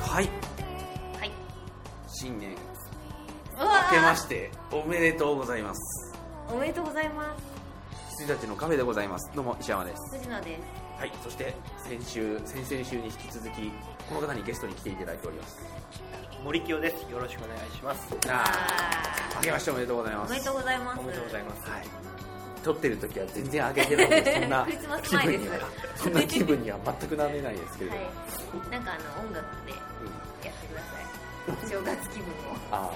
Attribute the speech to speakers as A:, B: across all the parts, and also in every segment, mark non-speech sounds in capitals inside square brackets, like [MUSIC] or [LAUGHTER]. A: はい
B: はい。
A: 新年
B: うわ
A: 明
B: ー
A: けましておめでとうございます
B: おめでとうございま
A: 羊たちのカフェでございますどうも石山です
B: す。藤野です。
A: はいそして先週先々週に引き続きこの方にゲストに来ていただいております
C: 森清ですよろしくお願いします
A: あ
B: あ
A: あ明けましておめでとうござい
B: ー
A: ま
B: お
A: す
B: めでとうございます。
C: おめでとうございます
A: はい撮ってる時は全然明けてないそん [LAUGHS] な
B: クリスマス
A: 気
B: 前で
A: 分
B: す
A: にはそんな気分には全くなれないですけれど、
B: はい。なんかあの音楽で
A: うん
B: やってください。正月気分を。
A: あ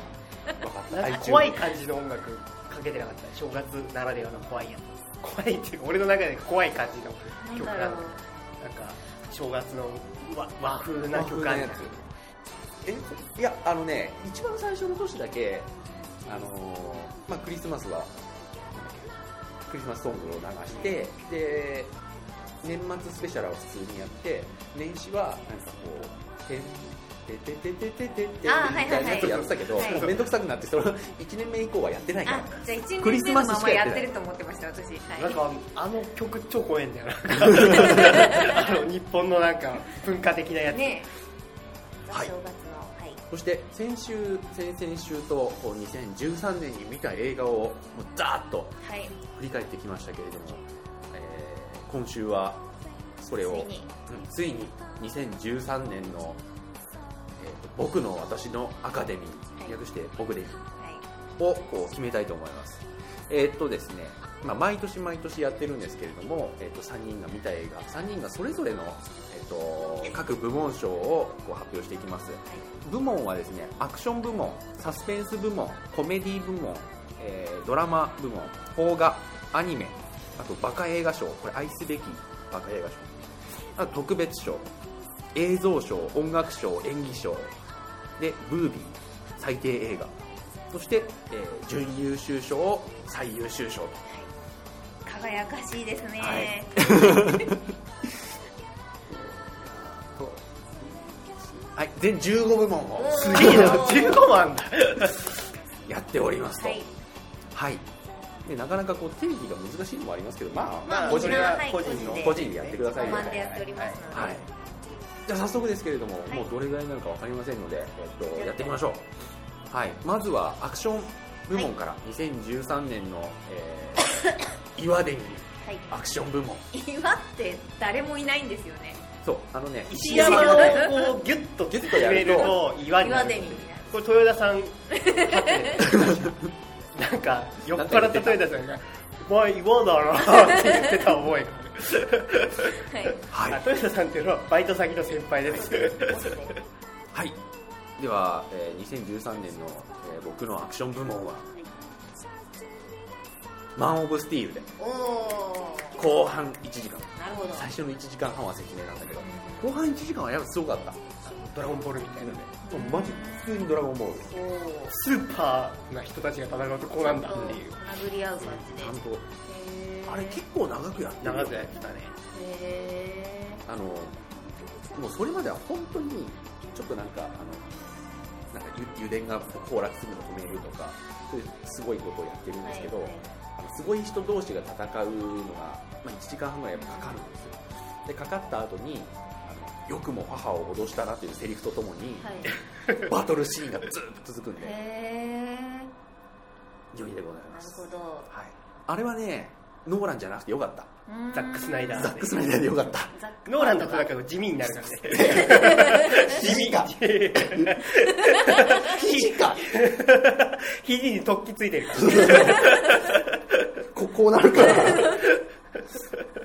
A: あ分 [LAUGHS] かった
C: なんか
A: iTunes
C: 怖い感じの音楽かけてなかった正月ならではの怖いやつ怖いっていうか俺の中で怖い感じの曲
B: な
C: な
B: だろ
C: んのなん
B: う
C: か。正月の和和風な
A: 和風
C: 曲
A: な
C: あ
A: や
C: る
A: つえいやあのね一番最初の年だけあのーまあクリスマスはクリスマスソングを流してで年末スペシャルは普通にやって年始はなんかこう「てんててててててて」み
B: あーはいはいはい
A: たいなやつをやってたけど
B: はい
A: もうめんどくさくなってその1年目以降はやってないから
B: あ、じゃあ一
A: クリ
B: 年
A: ス
B: 目
A: マ
B: の
A: ス
B: ま
A: し
B: ま
A: かや
B: や
A: ってない
B: ってると思ってました私。はい。
C: なんかあの曲超怖いんだよ [LAUGHS] なあの日本のなんか文化的なやつ、
B: ね。
A: はい
B: 正月のはい。
A: そして先週先々週とこう2013年に見た映画をもうザーッと
B: はい。
A: 振り返ってきましたけれども、えー今週はそれを
B: ついに
A: うんついに2013年の、えー僕の私のアカデミ
B: はい
A: ー」略して「僕デミー
B: はい。」
A: をこう決めたいと思いますえーっとですね、まあ、毎年毎年やってるんですけれども、えーっと3人が見た映画3人がそれぞれの、えーっと各部門賞をこう発表していきます部門はですねアクション部門サスペンス部門コメディ部門、えードラマ部門邦画アニメあとバカ映画賞これ愛すべきバカ映画賞あと特別賞映像賞音楽賞演技賞でブービー最低映画そして、えー準優秀賞最優秀賞と
B: 輝かしいですね。
A: はいはい全15部門を
B: うん
C: すげえな15もあんだ
A: やっておりますと
B: はい。
A: はい、でなかなかこう定義が難しいのもありますけど、まあ、
B: まあ
A: 個人
B: 一番
A: は
B: はい
C: 個人の
A: 個人でやってください
B: 5
A: よ
B: 万でやっておりますので。
A: はい、じゃあ早速ですけれども、
B: い
A: もうどれぐらいになるか分かりませんので、えっと、やっていきましょう、はい、まずはアクション部門から、2013年の、
B: [COUGHS]
A: えー岩出に
B: はい。
A: アクション部門
B: 岩って誰もいないんですよね
A: そうあのね
C: 石山をこうギュッと
A: ギュッとやると
C: 詰め岩にな
B: 岩
C: る
B: 手に
C: これ豊田さんなんか酔っ払った豊田さんが「お前岩だろ」って言ってた [LAUGHS] 覚えが
B: はい
A: はい
C: ある、あ豊田さんっていうのはバイト先の先輩です
A: はい、では、えー2013年の、えー僕のアクション部門は、マン・オブ・スティールで、
B: おお
A: 後半1時間、
B: なるほど
A: 最初の1時間半は説明なんだけど、後半1時間はやっぱすごかった、
C: [LAUGHS] ドラゴンボールみたいなね
A: もうマジ、普通にドラゴンボール、ち
B: おお
C: スーパーな人たちが戦うとこうなんだっていう
B: 殴り合う感じ
A: ゃん
B: で
A: と、
B: へー
A: あれ、結構長くやってる
C: 長くやってたね
B: へ
A: あのもうそれまでは本当にちょっとなんかあのなんかゆ油田が崩落するの止めるとかそういうすごいことをやってるんですけど、
B: はいはい
A: あのすごい人同士が戦うのが、まあ、1時間半ぐらいやっぱかかるんですよでかかった後にあのよくも母を脅したなというセリフとともに、
B: ーはい
A: バトルシーンがずっと続くんで
B: へ
A: 良いでござ
B: ー
A: いま
B: なる
A: す
B: ほど
A: はい、あれはねノーランじゃなくてよかった
B: うーん
C: ザックスナイダー
A: ザックスナイダーでよか [LAUGHS] った
B: ザック
C: ノーランだとなんか地味になるからね
A: 肘か肘か
C: [LAUGHS] 肘に突起ついてるから
A: ここうなるから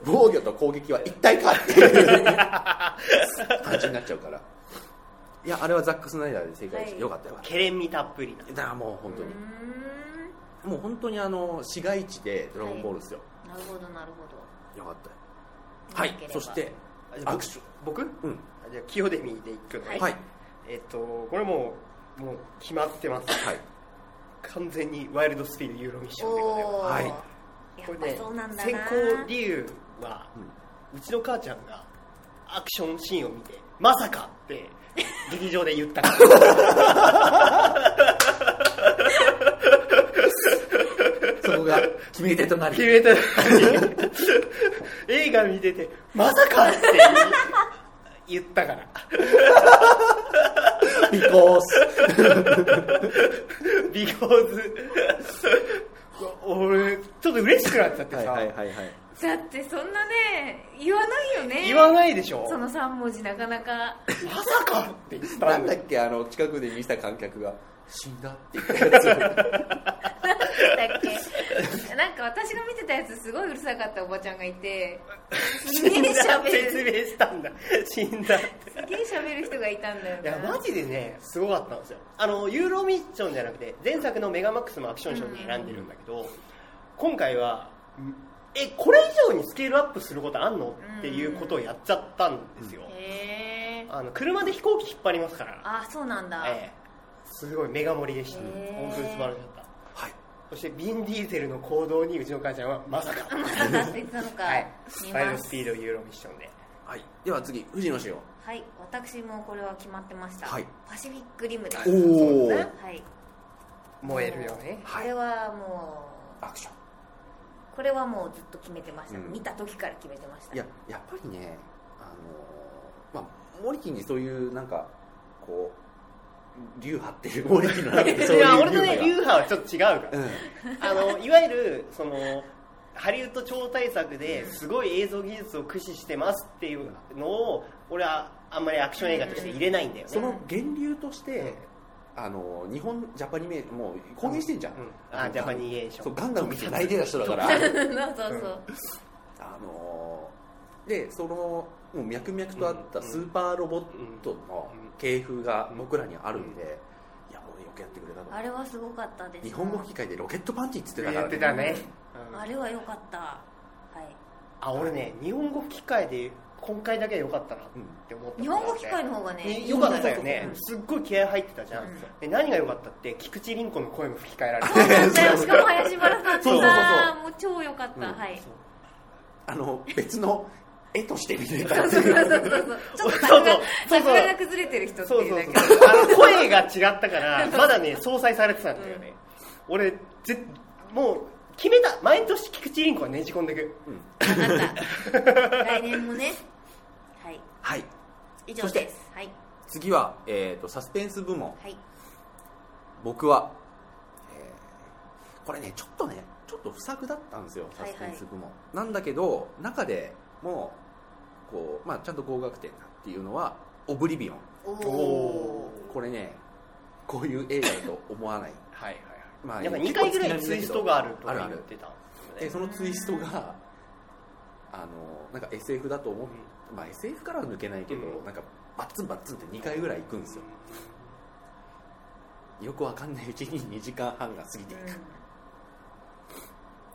A: 防御と攻撃は一体かって [LAUGHS] いう感じになっちゃうからいやあれはザック・スナイダーで正解してよかったよかっ
C: ケレン味たっぷりな
A: ただからもう本当
B: うーん
A: にもう本当にあの市街地でドラゴンボールですよ、
B: なるほどなるほど
A: よかったよはい
B: なければ
A: そしてアクション
C: 僕あ
A: うん
C: じゃあ清デミで行くの
B: は
A: はいいはい、
C: えっとこれもうもう決まってます完全にワイルドスピードユーロミッションでございま
B: おお
A: はい
B: やっぱそうなんだ
C: す
B: な
C: 先行理由は
A: うん
C: うちの母ちゃんがアクションシーンを見てまさか
B: [LAUGHS]
C: って劇場で言ったから
A: [LAUGHS] そこが [LAUGHS] 決め手となり
C: 決めたのに映画見ててまさかって言ったから
A: because
C: ビコーズ [LAUGHS] 俺ちょっと嬉しくなっちゃってさ、
A: [LAUGHS] はいはいはいはい
B: だってそんなね言わないよね
C: 言わないでしょ
B: その3文字なかなか
C: まさかって言った
A: なん
C: ん
A: だ
C: だ
A: っけあの近くで見せた観客が死んだって言った
B: な
A: や
B: んだっけ [LAUGHS] なんか私が見てたやつすごいうるさかったおばちゃんがいてすげえ
C: 死んだって
B: 喋
C: 説
B: る
C: 明したんだ死んだって
B: すげえ喋る人がいたんだよ
C: いや
B: な
C: マジでねすごかったんですよあのユーロミッションじゃなくて前作のメガマックスもアクション賞に選んでるんだけど、今回はえこれ以上にスケールアップすることあんのっていうことをやっちゃったんですよ、
B: へえ
C: あの車で飛行機引っ張りますから、
B: あそうなんだ、
C: ええ、すごいメガ盛りでした
B: へえ
C: 本当に素晴らしかった
A: つはい
C: そしてビン・ディーゼルの行動にうちの母ちゃんはまさか
B: まさかって言ったのか、
C: はい
B: 見
C: スタイ
B: ま
C: ルス
B: す
C: ピードユーロミッションで
A: はいでは次藤野氏を
B: はい私もこれは決まってました、
A: はい
B: パシフィックリムで
A: お
B: す
A: お
C: そうね
B: はい
C: 燃えるよね
B: これはも
A: アクション
B: うこれはもうずっと決めてました、
A: うん
B: 見た時から決めてました
A: いややっぱりねあのーまあモリキンにそういうなんかこう流派っていうモリキンの中で
C: い
A: そういう
C: や俺とね流
A: 流
C: 派はちょっと違うから
A: 派がうん
C: あのいわゆるそのハリウッド超大作ですごい映像技術を駆使してますっていうのを俺はあんまりアクション映画として入れないんだよね
A: その源流として、
C: うん
A: あの日本ジャパニメもう公言してんじゃん、
C: うんあジャパニエーション
A: そうガンダム見て泣いてた人だから
B: [LAUGHS] そうそうそう、
A: あのーでそのもう脈々とあったスーパーロボットの系譜が僕らにあるんで、いや俺よくやってくれた
B: あ
A: の
B: れはすごかったです
A: 日本語吹き替えでロケットパンチっつってたか
C: や
A: ら、
C: ってたね、うん
B: あれは良かったはい
C: あ俺ね日本語吹き替えで今回だけは良かったなって思った
B: 日本語機械の方がね
C: ね、よかったよね
B: うん、
C: すっごい気合入ってたじゃん、
B: うん
C: で何が良かったって菊池凛子の声も吹き替えられて
B: そう [LAUGHS] なんだよしかも林原さんって
A: そうそう
B: さもう超良かった、
A: うん
B: はい
A: あの別の絵として見れ
B: そ
C: [LAUGHS]
A: た
B: う
A: って
B: そうそ
A: い
B: う
A: う
B: そうそうちょっと
C: そうそう
B: 桜が
C: そうそう
B: 桜が崩れてる人って
C: そう
B: い
C: そうう
B: だけ
C: そうあの声が違った [LAUGHS] からまだね相殺されてたんだよね、俺ぜもう決めた毎年菊池凛子はねじ込んでく
A: うん
B: 分かった来年もねはい
A: はい
B: 以上ですはい
A: 次は、えー、とサスペンス部門
B: はい
A: 僕は、えーこれねちょっとねちょっと不作だったんですよサスペンス部門、なんだけど中でもこう、まあ、ちゃんと合格点だっていうのは「オブリビオン
B: お
C: お
B: お」
A: これねこういう映画だと思わない
C: [LAUGHS] はい
A: ま
C: は
A: あ
C: いはい、なんか2回ぐらいツイストがあるとか言ってたんです
A: で
C: よね
A: そのツイストがあのなんか SF だと思っまあ、SF からは抜けないけど、
C: うん
A: なんかバッツンバッツンって2回ぐらい行くんですよよくわかんないうちに2時間半が過ぎていく、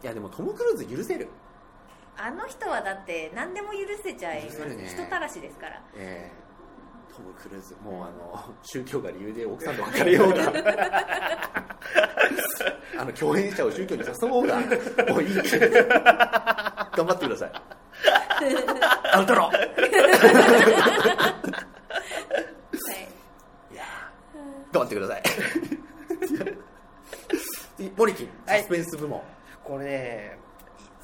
A: いやでもトム・クルーズ許せる
B: あの人はだって何でも許せちゃい
A: 許せるね
B: 人たらしですから
A: えートム・クルーズもうあの宗教が理由で奥さんと別れよう [LAUGHS] があの共演者を宗教に誘おうがもういい頑張ってくださいアウトロー
B: はい
A: いやー頑張ってください次モリキンサスペンス部門、
C: これね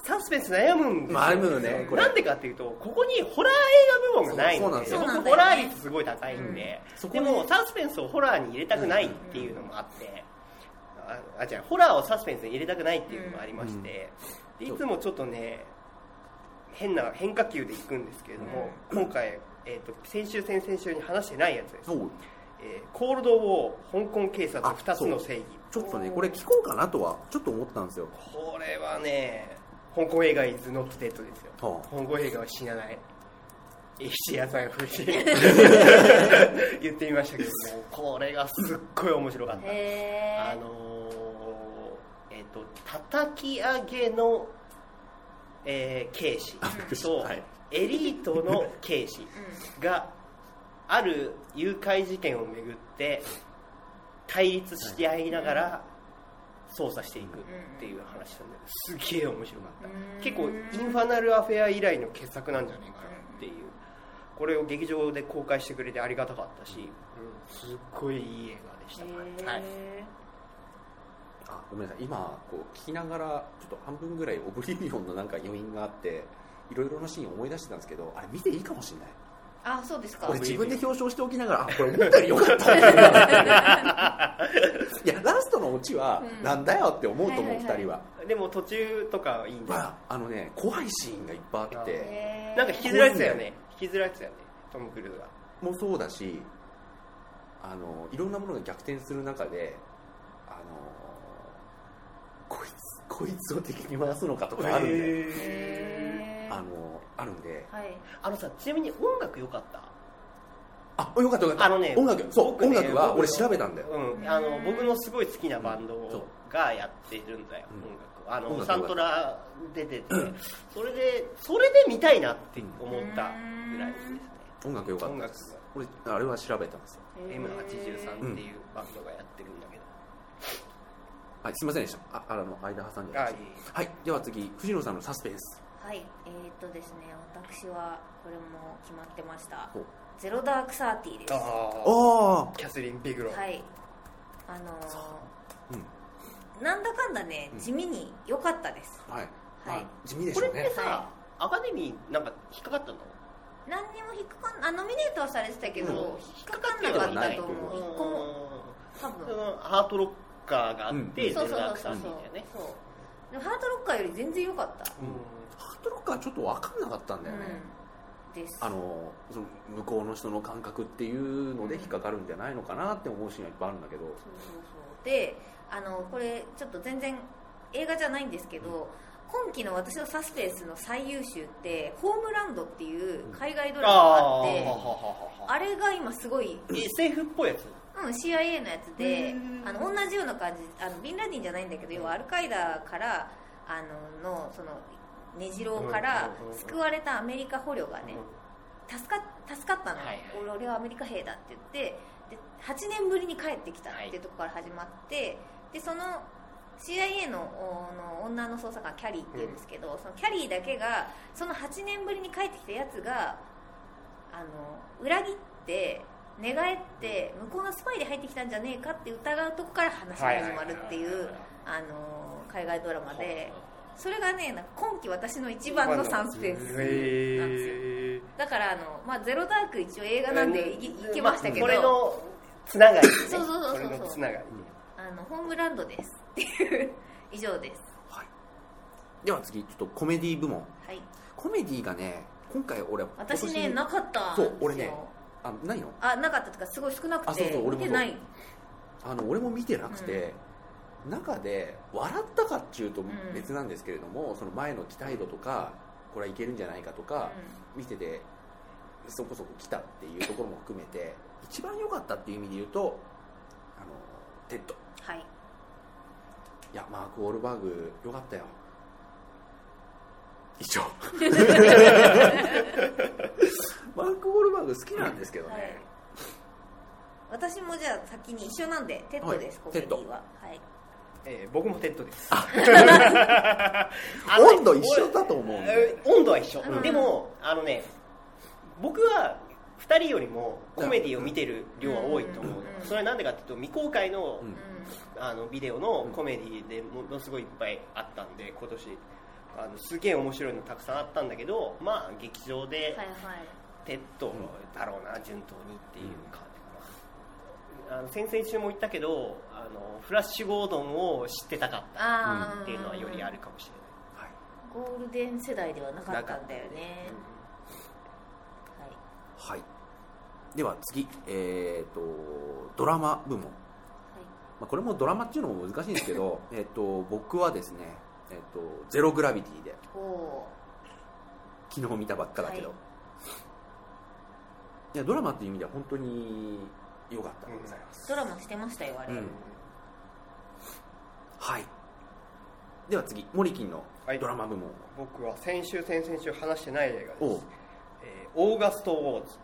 C: サスペンス悩むんですよ、
A: まあ悩むよねこれ
C: なんでかっていうとここにホラー映画部門がないので
A: そう
B: そうなんです
C: 僕ホラー率すごい高いんで、
A: うん
C: で
A: そこ
C: も
A: に
C: サスペンスをホラーに入れたくないっていうのもあって、ああじゃホラーをサスペンスに入れたくないっていうのもありまして、
A: うん
C: でいつもちょっとね変な変化球でいくんですけれども、今回、えー、と先週先々週に話してないやつです、
A: そう
C: えーコールドウォー香港警察
A: あ
C: 2つの正義
A: ちょっとねこれ聞こうかなとはちょっと思ったんですよ
C: これはね香港映画 is not dead ですよ
A: はあ
C: 香港映画は死なないエシアさん風 [LAUGHS] に言ってみましたけどもこれがすっごい面白かったあ
B: へ
C: のーえっ、と叩き上げの、えー警視
A: くりした
C: と、
A: はい
C: エリートの警視がある誘拐事件をめぐって対立して合いながら捜査していくっていう話なんですすげえ面白かった
B: うん
C: 結構「インファナル・アフェア」以来の傑作なんじゃないかなっていうこれを劇場で公開してくれてありがたかったし、うんすっごいいい映画でした、
B: え
C: はい、
A: あごめんなさい今こう聞きながらちょっと半分ぐらいオブリビオンのなんか余韻があっていろいろなシーンを思い出してたんですけどあれ見ていいかもしれない
B: あそうですか
A: 俺自分で表彰しておきながらあこれ思ったより良かったんだなっていやラストのオチは
B: うん
A: なんだよって思うと思う
B: はい
A: 二
B: はいはい
A: 人は
C: でも途中とかはいいんだよ
A: まああのね怖いシーンがいっぱいあって
B: へー
C: なんか引きずられてたよね引きずられてたよねトム・クルーズが
A: もうそうだしあのいろんなものが逆転する中であのこいつこいつを敵に回すのかとかあるんで、
B: へー
A: あのあるんで
B: はい
C: あのさちなみに音楽良かった
A: あよかったよかった
C: あのね
A: 音楽そう、
C: 僕ね
A: 音楽は俺
C: 僕
A: 調べたんだよ、
C: うん、あの僕のすごい好きなバン
A: うんそう
C: ドがやってるんだよ、
A: う
C: 音楽
A: 音
C: をあの
A: 楽
C: サントラ出てて、それでそれで見たいなって思ったぐらいですね、
A: 音楽よかった
C: 音楽
A: 俺あれは調べたんですよ
C: M83 っていうバンドがやってるんだけど、
A: はい、すいませんでしたああの間挟んで
C: あいい
A: はいでは次藤野さんのサスペンス
B: はいえー、っとですね私はこれも決まってました
A: お
B: 「ゼロダークサーティー」ですは
C: あ
A: あ
C: キャスリン・ビグロ
B: いあのー
A: う
B: なんだかんだね
A: うん
B: 地味に良かったです、
A: あはい、
B: はい
A: まあ地味でし
C: こ
A: ょ
C: れ
A: う
C: って
A: ね
C: さ、
B: は
C: アカデミーなんか引っかかったの
B: 何にも引っかかんあノミネートはされてたけど、
A: うん
B: 引っかかんなかったと思う
A: 引
B: 一個も多分
C: うんそのハートロッカーがあって、
A: うん
C: ゼ
B: そう
C: ロ
B: そう
C: ダー
B: そう
C: クサ
B: そ
C: ー
B: う
C: ティ
B: そう
C: ーだよね、
B: そうでもハートロッカーより全然良かった、
A: うんハートロッカーちょっと分かんなかったんだよね、
B: うんです
A: あのその向こうの人の感覚っていうので引っかかるんじゃないのかなって思うシーンはいっぱいあるんだけ
B: そ
A: ど、
B: うそうそうであのこれちょっと全然映画じゃないんですけど、今期の私のサスペンスの最優秀って「ホームランド」っていう海外ドラマがあっ
C: ー
B: て、
C: はははは
B: あれが今すごい、
C: SF っぽいやつ
B: うん、CIA のやつで
C: うん
B: あの同じような感じあのビンラディンじゃないんだけど要はアルカイダからあののその根城から
C: うんうんうんうん
B: 救われたアメリカ捕虜がね、助か助かったの、
C: はいはい
B: 俺俺はアメリカ兵だって言ってで8年ぶりに帰ってきたっていうところから始まって、でその CIA のおの女の捜査官キャリーっていうんですけど、そのキャリーだけがその8年ぶりに帰ってきたやつがあの裏切って寝返って向こうのスパイで入ってきたんじゃねえかって疑うとこから話が始まるってい
C: はいはいうはいはい
B: あの海外ドラマで
C: は
B: それがねなんか今季私の一番のサスペンスなんですよ。
C: へ
B: だからあの、まあ、ゼロダーク一応映画なんでい,、けましたけど、
C: これのつながりね
B: そうそうそうそう
C: これのつながり
B: あのホームランドですっていう [LAUGHS] 以上です
A: はい、では次ちょっとコメディ部門
B: はい
A: コメディがね今回俺
B: 私
A: 今
B: ね
A: 年
B: なかったんです
A: そ
B: よ
A: う俺ねあないの
B: あなかったとかすごい少なく
A: あそう
B: て
A: そう俺
B: 見
A: もそう
B: てない
A: あの俺も見てなくて、中で笑ったかっていうと
B: ん
A: 別なんですけれども、その前の期待度とかこれはいけるんじゃないかとか、見ててそこそこ来たっていうところも含めて一番良かったっていう意味で言うとあのテッド
B: うんはい
A: いやマーク・ウォールバーグ良かったよ以上マーク・ウォールバーグ好きなんですけどね、
B: はい私もじゃあ先に一緒なんでテッドです、
A: は
B: コ
A: い
B: メデ
A: テッ
B: ィははい
C: えー僕もテッドです [LAUGHS]
A: 温度一緒だと思うんだよ
C: えー温度は一緒、
B: うん
C: でもあのね僕は2人よりもコメディを見てる量は多いと思うの、
B: うん
C: それはなんでかっていうと未公開の,、
A: うん
B: う
C: あのビデオのコメディでものすごいいっぱいあったんで今年あのすげえ面白いのたくさんあったんだけどまあ劇場で、
B: んはいはい
C: テッドだろうな、順当にっていう感じかな、あの先々週も言ったけどあのフラッシュ・ゴードンを知ってたかった
B: あー
C: っていうのはよりあるかもしれ
A: は
C: ない、
A: い
B: ゴールデン世代ではなかったんだよね
A: はい、では次、えー、とドラマ部門、まあ、これもドラマっていうのも難しいんですけ
B: [LAUGHS]
A: どえーと僕はですね、えーと「ゼログラビティ」で
B: はいお
A: 昨日見たばっかだけど、
B: はい
A: い、やドラマっていう意味では本当に良かったでございます、
B: ードラマしてましたよあれ、
A: うんはいでは次モリキンの
C: はい
A: ドラマ部門を、
C: 僕は先週先々週話してない映画
A: お
C: で
A: う
C: す、えーオーガスト・ウォーズ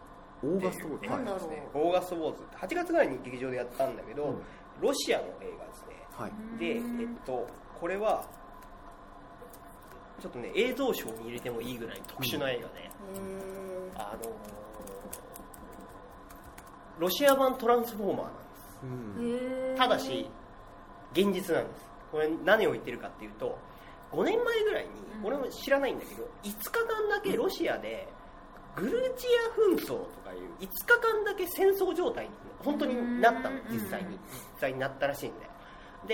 A: オ
C: っ
A: ー
C: てい
A: ガ
C: う
A: ストウォーズ
C: 映画
A: は
B: ないんだろ
C: ですねオーガスト・ウォーズって8月ぐらいに劇場でやったんだけど、
A: うん
C: ロシアの映画ですね
A: はい
C: で、えっ
B: うん
C: と、これはちょっとね映像賞に入れてもいいぐらい特殊な映画
B: へ
C: で、
B: ー
C: あのーロシア版トランスフォーマーなんです
A: うん
B: へー
C: ただし現実なんですこれ何を言ってるかっていうと5年前ぐらいに
B: うん
C: 俺も知らないんだけど5日間だけロシアでグルジア紛争とかいう5日間だけ戦争状態に本当になったの
B: うん
C: 実際
B: うん
C: に実際になったらしいんで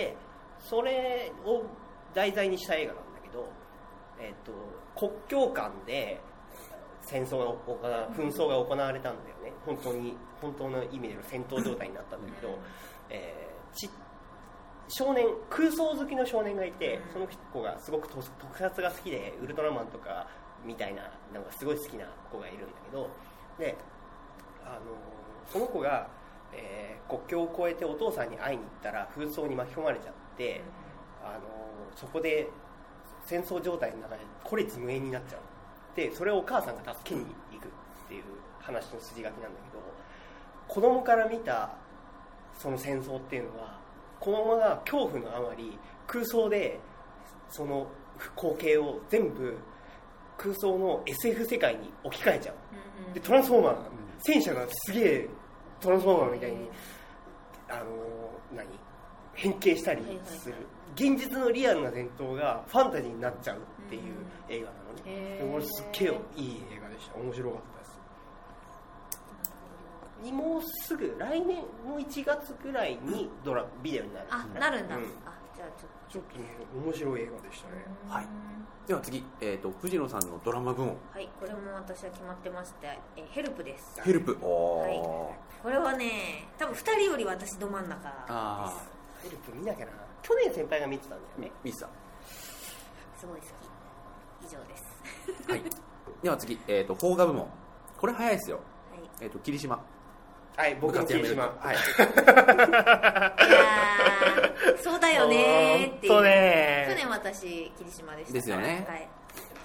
C: でそれを題材にした映画なんだけど、えっと国境間で戦争が行わ紛争が行われたんだよね本当に本当の意味での戦闘状態になったんだけど、えーち少年空想好きの少年がいて
B: うん
C: その子がすごくと特撮が好きでウルトラマンとかみたいななんかすごい好きな子がいるんだけどで、あのーその子が、えー国境を越えてお父さんに会いに行ったら紛争に巻き込まれちゃって、あのーそこで戦争状態の中で孤立無援になっちゃうでそれをお母さんが助けに行くっていう話の筋書きなんだけど子供から見たその戦争っていうのは子供が恐怖のあまり空想でその光景を全部空想の SF 世界に置き換えちゃう
B: うんうん
C: でトランスフォーマー、戦車がすげえトランスフォーマーみたいに、
B: うん
C: あのー何変形したりする、現実のリアルな伝統がファンタジーになっちゃうっていう映画なのね、
B: へ
C: で
B: ー
C: も俺すっげえいい映画でした面白かったですにもうすぐ来年の1月ぐらいにドラビデオになる
B: あなるんだ、
C: うん
B: あじゃあちょっ
C: ちょっとね面白い映画でしたね
B: と
A: はいでは次、えー、と藤野さんのドラマ部門
B: はいこれも私は決まってましてえヘルプです
A: 「ヘルプ」おー、
B: はこれはね多分2人より私ど真ん中
A: あ
C: ヘルプ見なきゃな去年先輩が見てたんだよね
A: あミスさん
B: ですすごい好き以上です
A: はいでは次、えー、と邦画部門これ早いですよ、
B: はい
A: えー、と霧島
C: はい僕の
A: 部活や
C: 霧
A: める
C: 島
A: はい
B: いや
C: [LAUGHS]
B: ーそうだよねーっていう
C: ほんとねー
B: 去年私霧島でした
A: ですよね
B: はい、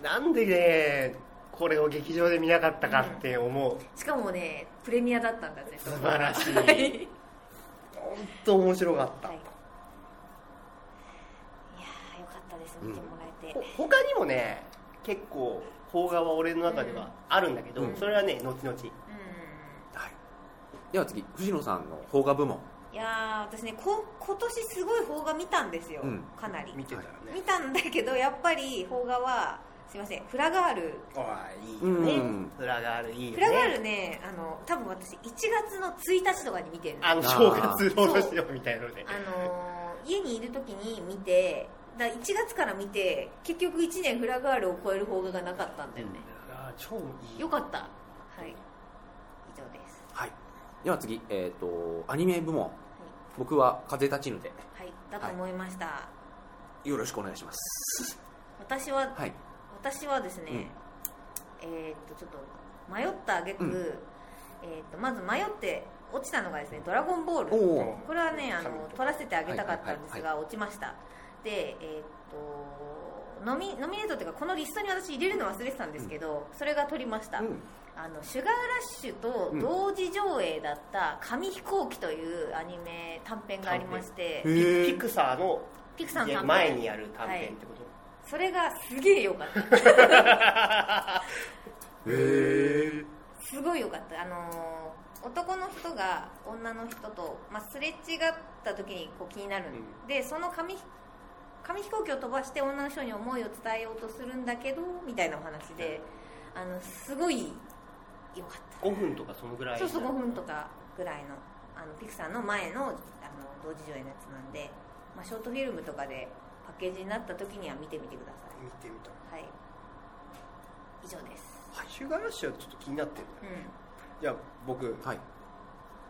C: なんでねこれを劇場で見なかったかって思う
B: しかもねプレミアだったんだぜ
C: 素晴らしい
B: はい、はい
C: 本当面白かった、
B: いやーよかったです見てもらえて、
C: ほ他にもね結構邦画は俺の中ではあるんだけど、
A: うん
C: それはね後々
B: う
A: はい、では次藤野さんの邦画部門
B: んいやー私ねこ今年すごい邦画見たんですよ、
A: うん
B: かなり
C: 見てたら
B: 見
C: ね
B: たんだけどやっぱり邦画はすいませんフラガール
C: ああいいよね、
A: うん
C: フラガールいいよね
B: フラガールねあの多分私1月の1日とかに見てるの
C: あの正月おろしよみたいなので
B: あのー家にいる時に見てだ1月から見て結局1年フラガールを超える邦画がなかったんだよね、
C: あー超いい
B: よかったはい以上です
A: はい、では次、えー、とアニメ部門僕は「風立ちぬ」で
B: はいだと思いました、
A: よろしくお願いします
B: 私は
A: はい
B: 私はですね、えーっとちょっと迷った挙句、
A: うん
B: えーっとまず迷って落ちたのがですね「ドラゴンボール」
A: おお
B: これはねあの
C: 神と
B: 取らせてあげたかったんですが、
A: はいは
B: 落ちましたでえーっとノミノミネートっていうかこのリストに私入れるの忘れてたんですけど、それが取りました、
A: うん
B: あのシュガーラッシュと同時上映だった「紙飛行機」というアニメ短編がありまして
A: へ
C: ピ
A: え
C: ピクサーの
B: ピクさん短編
C: 前にやる短編ってこと、
B: それがすげえ良かった
A: へ
B: すごい良かったあのー男の人が女の人と、まあ、すれ違った時にこう気になるん
C: う
B: で、その紙ひ紙飛行機を飛ばして女の人に思いを伝えようとするんだけどみたいなお話であのすごい良かった
C: 5分とかそのぐらい
B: そうそう5分とかぐらいのあのピクサーの前のあの同時上映のやつなんで、まあ、ショートフィルムとかでパッケージになった時には見てみてくださ
C: 見てみ
B: い
C: た
B: はい以上です
C: シュガーラッシュはちょっと気になってるんだよ
B: う
C: ね
B: ん
C: じゃあ僕
A: はい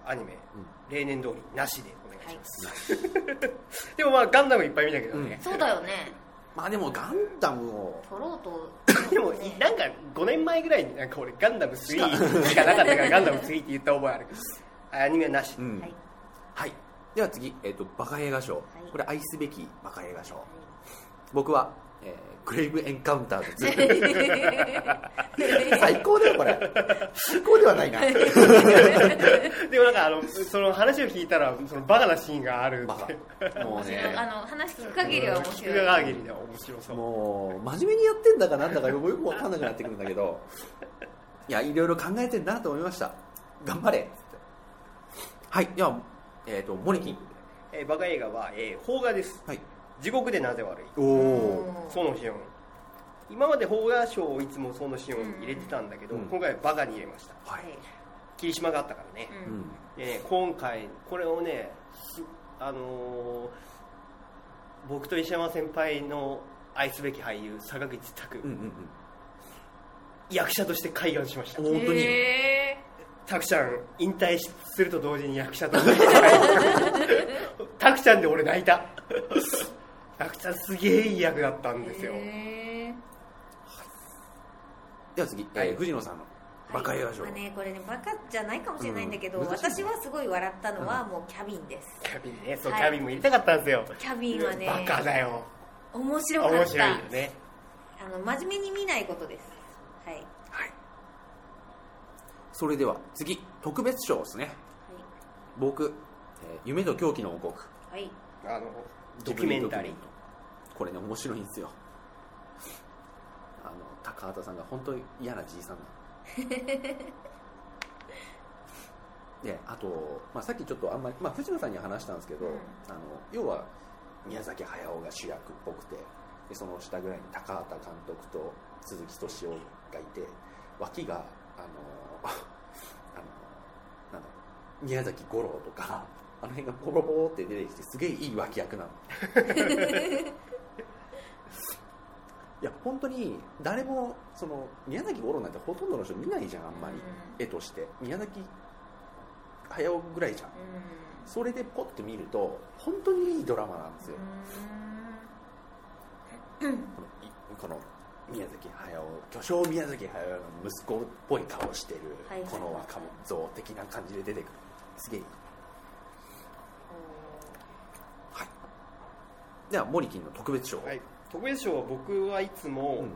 C: アニメ、
A: う
C: 例年通りなしでお願い
B: は
C: し
B: い
C: ます、でもまあガンダムいっぱい見たけどね、
B: そうだよね
A: まあでもガンダムを
B: 取ろうと
C: でも
B: ね
C: なんか5年前ぐらいになんか俺ガンダム3しかなかったからガンダム3って言った覚えあるけどあアニメはなし、
A: うん
B: は
A: はいい、では次、えー、とバカ映画賞、
B: い
A: これ愛すべきバカ映画賞僕は、えーグレイブエンカウンター
B: [LAUGHS]
A: ズ最高だよこれ最高ではないな
C: でもなんかあのその話を聞いたらそのバカなシーンがある
A: バ
C: って
A: カもう
B: [LAUGHS]
A: ね
B: あの話聞く限りは面
C: 聞く
B: 白い
C: 限りでは面白そう
A: もう真面目にやってんだかなんだかよく分かんなくなってくるんだけどいやいろいろ考えてんだなと思いました頑張れっつってはいでは、えー、とモネキン
C: えーバカ映画は、えー邦画です
A: はい
C: 地獄でなぜ悪い
A: お
B: お
A: お
B: ー
C: その日の今まで邦画賞をいつもそのシーンを入れてたんだけど、
A: うん
C: 今回はバカに入れました
A: はい
C: 霧島があったからね、
A: う
B: うんん
C: でね今回これをねすあのー僕と石山先輩の愛すべき俳優坂口拓、
A: うんうん
C: 役者として開眼しました
A: うん本当に
B: へ
C: 拓ちゃん引退しすると同時に役者として拓ちゃんで俺泣いた拓ちゃんすげえいい役だったん
B: ー
C: ですよ、
B: へ
A: では次、えー
C: はい
A: 藤野さんの
B: ー
A: バカ映画賞、
B: まあねこれねバカじゃないかもしれないんだけど、
A: うん難しいね
B: 私はすごい笑ったのはもうキャビンです
C: キャビンねそう、
B: はい
C: キャビンも入れたかったんですよ
B: キャビンはね
C: バカだよ
B: 面白かった
C: 面白いよね
B: あの真面目に見ないことですはい、はい、
A: はいそれでは次特別賞ですね僕、えー夢と狂気の王国
B: はい、
C: あのドキュメンタリー
A: これね面白いんですよあの高畑さんが本当に嫌なじいさんな
C: [LAUGHS]
A: のであと、まあ、さっきちょっとあんまり、まあ、藤野さんには話したんですけど、
B: うん
A: あの要は宮崎駿が主役っぽくてでその下ぐらいに高畑監督と鈴木敏夫がいて脇があのあのなんだろう宮崎五郎とか [LAUGHS] あの辺がボロボロって出てきてすげえいい脇役なの
B: [LAUGHS]
A: いや本当に誰もその宮崎五郎なんてほとんどの人見ないじゃんあんまり、絵として宮崎駿ぐらいじゃん
B: うん
A: それでポッて見ると本当にいいドラマなんですよ、このいこの宮崎駿巨匠宮崎駿の息子っぽい顔してる、
B: はいはい
A: この若造的な感じで出てくるすげえいいはいではモリキンの特別賞
C: はい、特別賞は僕はいつも、
A: うん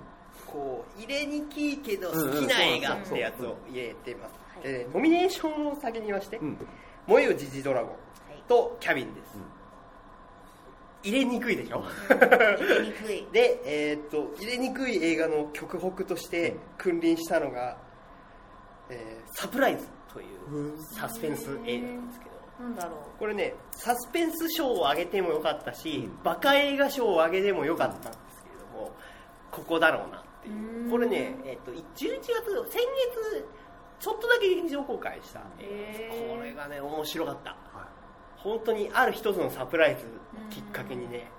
C: こう入れにきいけど好きな映画ってやつを入れてます、
B: うん
C: でねノミネーションを先に言いまして
A: う
C: 「
A: ん
C: 燃えよジジドラゴン」と「キャビン」です、
A: うん
C: 入れにくいでしょ、
B: はい、入れにくい
C: で、えーっと入れにくい映画の極北として君臨したのが「えーサプライズ」というサスペンス映画なんですけど
B: なんだろう
C: これねサスペンス賞をあげてもよかったし、
A: うん
C: バカ映画賞をあげてもよかったんですけれども、ここだろうなっていう
B: うん
C: これね、えっと11月先月ちょっとだけ劇場公開した、
B: へー
C: これがね面白かった
A: は
C: 本当にある一つのサプライズをきっかけにね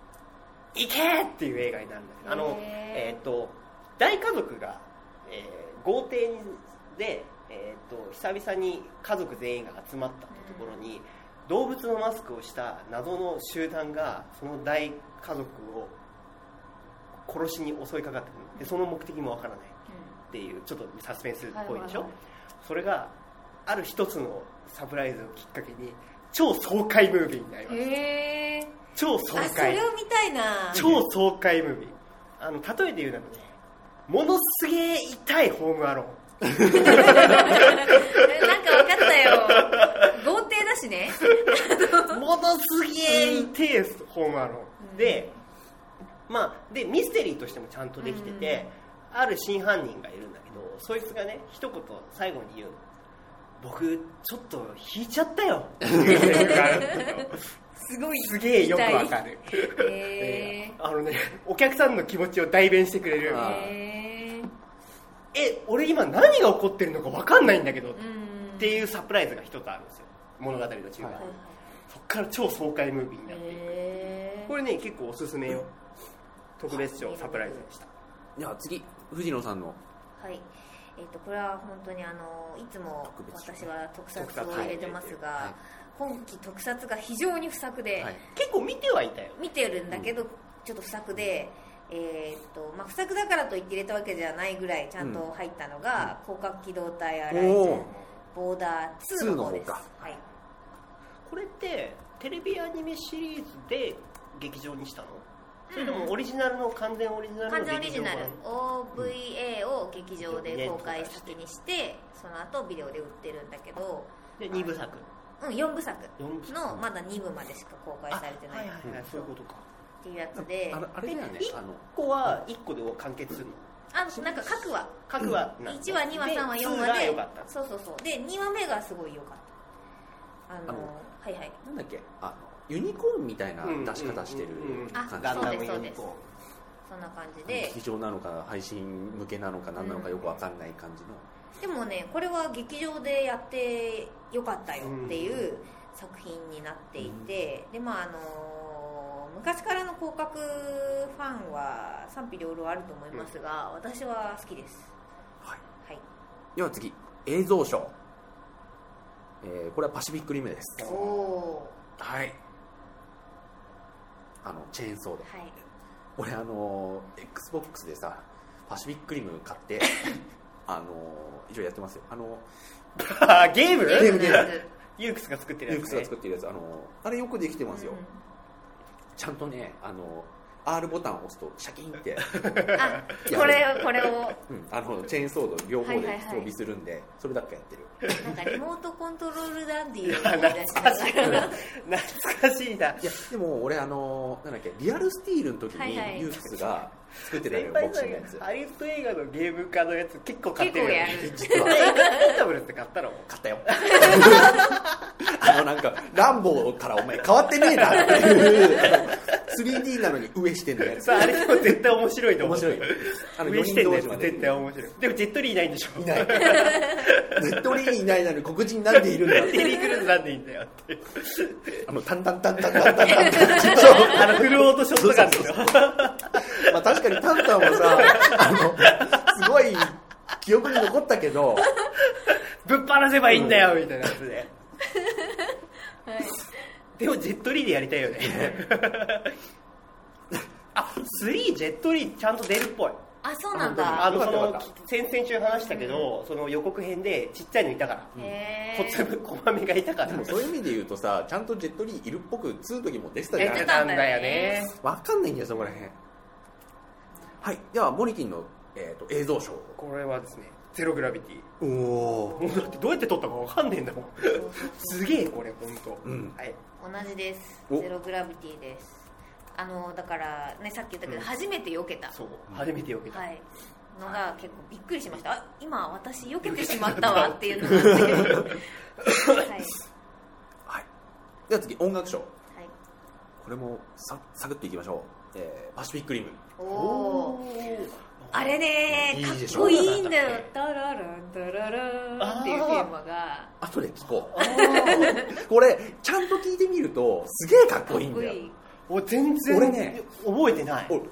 C: 「行け!」っていう映画になるんだけどあの
B: へ
C: え
B: ー
C: っ、と大家族が、えー豪邸にで、えー、と久々に家族全員が集まったところに、動物のマスクをした謎の集団がその大家族を殺しに襲いかかってくるでその目的もわからないっていうちょっとサスペンスっぽい
B: はいはい
C: でしょ、
B: はい
C: それがある一つのサプライズをきっかけに超爽快ムービーになりま
B: うん
C: した
B: へえ
C: 超爽
B: あそ
C: 快
B: れを見たいな
C: 超爽快ムービーあの例えて言うならねものすげえ痛いホームアローン
B: えなんか分かったよ豪邸だしね
C: ものすげえ痛いホームアローンで,、まあ、でミステリーとしてもちゃんとできてて、ある真犯人がいるんだけどそいつがね一言最後に言う僕ちょっと引いちゃったよっていうセリフがあるんだけど
B: すごい
C: すげえよくわかる、
B: るへ
C: あのねお客さんの気持ちを代弁してくれる
B: え
A: あ
B: へえ
C: え俺今何が起こってるのかわかんないんだけど、
B: うん
C: っていうサプライズが一つあるんですよ物語の中盤、
A: はい
C: そっから超爽快ムービーになっていく、
B: へ
C: これね結構おすすめよ特別賞サプライズでした
A: いでは次藤野さんの
B: えはいえっとこれは本当にあのいつも
A: 特別
B: 私は特撮を入れてますが、
A: はい
B: 今期特撮が非常に不作で、
A: はい
C: 結構見てはいたよ
B: 見てるんだけど、ちょっと不作で、えーっとまあ、不作だからといって入れたわけじゃないぐらいちゃんと入ったのが「広角機動隊アライ
A: お
B: ズ
A: ー
B: ボーダー2」の方です
A: 2の方
B: はい、
C: これってテレビアニメシリーズで劇場にしたのそれともオリジナルの完全オリジナル
B: 完
C: の
B: 全オリ
C: 劇
B: ジ
C: 場
B: ナ
C: 版
B: ル OVA を劇場で公開先にしてその後ビデオで売ってるんだけど、
C: で2部作
B: うん、4部作
C: 4部作
B: のまだ2部までしか公開
C: あ
B: されてな
C: はい
B: い
C: は
B: っ
C: いはいそういうことか
B: ていうやつで
A: あのあれだよね
C: で
A: あの
C: 1個は1個で完結するの
B: あなんか各話
C: 各話なんだ
B: 1話2話3話
C: で
B: 4
C: 2
B: 話
C: が
B: で
C: 良かった
B: そうそうそうで2話目がすごい良かったあの
A: あの
B: はいはい
A: なんだっけあのユニコーンみたいな出し方してる
C: うんうんうんうん
B: あ
A: 感じ
C: ガンダ
B: そう
C: ム
B: です
C: ユ
B: そう
C: ニ
B: です
C: コーン
B: そんな感じで
A: 劇場なのか配信向けなのか何なのかよくわかんない感じ
B: で
A: の、
B: もねこれは劇場でやってよかったよっていう作品になっていて、でまああの昔からの広角ファンは賛否両論あると思いますが、私は好きです
A: はい、
B: はい
A: では次映像賞、えーこれはパシフィックリムです
C: お
B: お
A: はいあのチェーンソード
B: はい
A: 俺あの XBOX でさパシフィックリム買って
B: [LAUGHS]
A: あの一応やってますよあの
C: [LAUGHS] ゲーム
A: ゲームゲー
C: ユークスが作ってる
A: ユー
C: や
A: ク
C: つ
A: スが
C: ね
A: 作ってるやつあのあれよくできてますよ、ちゃんとねあの R ボタンを押すとシャキ
B: [LAUGHS]
A: ンって、
B: あこれこれを
A: うんあのチェーンソード両方
B: は
A: で
B: いはいはい
A: 装備するんで、それだけやってる
B: なんかリモートコントロールダンディーを思い出しながら
C: 懐かしいない
A: やでも俺あのなんだっけリアルスティールの時
B: は
A: に
B: いはい
A: ユークスが作ってたのよ、
C: 先
A: ボ
C: 輩
A: クシングのやつ
C: さハリウッド映画のゲーム化のやつ結構買ってるよ [LAUGHS] ね
B: 結
A: 構や
C: ダブルって買ったの
A: 買ったよ [LAUGHS] あのなんかランボーからお前変わってねえなってい
B: [LAUGHS]
A: うあの 3D なのに上してんのやつ
C: さああれでも絶対面白いと思
A: 面
C: う
A: 白いあの
C: 上
A: 4
C: 視
A: 人
C: 点の
A: 同
C: や
A: 士
C: つ
A: まで
C: 絶対面白いでもジェットリーいないんでしょ
A: いないずっと俺にいないのに黒人なんでいるんだっ
C: ジェット
A: て
C: リークルーズなんでいいんだよって
A: あのタンタンタンタンタンタンタンって
C: あのフルオートショットガンですよ
A: まあ確かにタンタンはさあのすごい記憶に残ったけど
C: [LAUGHS] ぶっ放せばいいんだよみたいなやつででもジェットリーでやりたいよね [LAUGHS] あ3ジェットリーちゃんと出るっぽい
B: あそうなん
A: あ
B: だ
C: あの
A: よか
C: そ
A: ったよ
C: の
A: かった
C: 先々週話したけど、その予告編でちっちゃいのいたから、
B: へ
C: 小
B: ー
C: 粒小豆がいたから
A: でもそういう意味で言うとさちゃんとジェットリーいるっぽく2の時も出てたじ
C: 出
A: ゃん
C: てたんだよね
A: わかんないんだよそこら辺はいではモリキンの、えー、と映像賞
C: これはですねゼログラビティ
A: おお
C: もうだってどうやって撮ったかわかんねえんだもんすげえこれ本当。
A: うん
C: はい
B: 同じです
A: お
B: ゼログラビティですあのだからねさっき言ったけど、
C: うん
B: 初めて避けた
C: そう初めてよけた、
B: はいのが結構びっくりしましたあ今私避けてしまったわっていうのがあって、はい
A: はいでは次音楽賞
B: はい、
A: これもさサクッといきましょう、えーパシフィックリム
B: おおあれね
A: いい
B: か
A: でし
B: っ
A: ょ
B: こいいんだよ「ダラランダララン」っていうテーマが
A: 後で聞こ
C: あー
A: うこれちゃんと聞いてみるとすげえかっこいいんだよ
C: 俺全然
A: 俺ね
C: 覚えてない
A: おうわ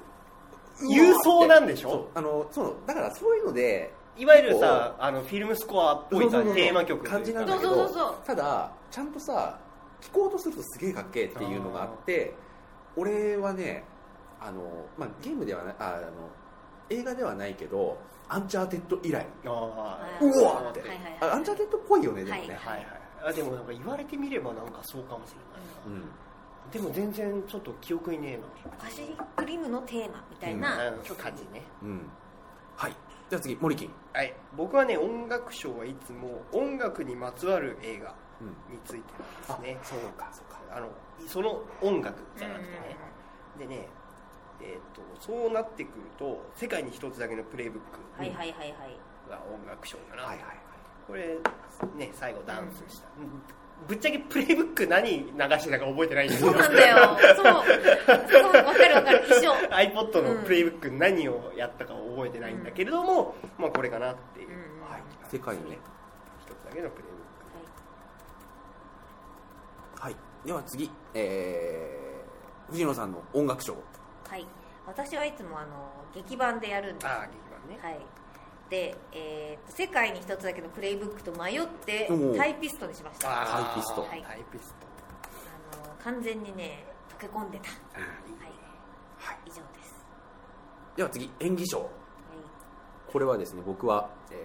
C: 郵送なんでし
A: そ
C: ょ
A: うあのそうだからそういうので
C: いわゆるさあのフィルムスコアっぽいさ
A: そうそうそう
C: テーマ曲
A: 感じなん
B: そ
A: だ
B: う
A: け
B: そう
A: ど
B: そうそう
A: ただちゃんとさ聞こうとするとすげえかっけえっていうのがあって俺はねあの、まあ、ゲームではないああの映画ではないけどアンチャーテッド以来
C: あー
B: はい
A: うんうわって、
B: はいはいはい
A: あアンチャーテッドっぽいよねでもね、
B: はい
C: はいはいあでもなんか言われてみればなんかそうかもしれないな
A: うん、
C: でも全然ちょっと記憶にね
B: パシフィックリムのテーマみたい
C: えな
B: な、
C: あの感じね
A: うん、はいじゃあ次モリキン、
C: はい僕はね音楽賞はいつも音楽にまつわる映画
A: うん、
C: についてなんですね
A: そうかそうか
C: あのその音楽じゃなくてね
B: うん
C: でねえー、とそうなってくると「世界に一つだけのプレイブック」
B: はいはいはいはい
C: が音楽賞かな、
A: はいはいはい
C: これね最後ダンスした、ぶっちゃけプレイブック何流してたか覚えてないんです
B: [LAUGHS]
C: け
B: そ
C: ど
B: うなんだよそうそうわかるわかる一緒
C: iPod
B: う
C: の
B: ん
C: プレイブック何をやったか覚えてないんだけれども、まあこれかなっていう、
B: うん
A: はい世界にね
C: 一つだけのプレイ
A: はいでは次えー、藤野さんの音楽賞
B: はい、私はいつもあの劇版でやるん
C: ブ
B: です、
C: ックああ劇版ね
B: はいでえーと世界に一つだけのプレイブックと迷って
A: おー
B: タイピストにしましたあ
C: あー
A: タイピスト
C: タイピスト
B: の完全にね溶け込んでた、
C: あーいいね
B: はい、
A: はい
B: 以上です、
A: では次演技賞これはですね僕は、えー、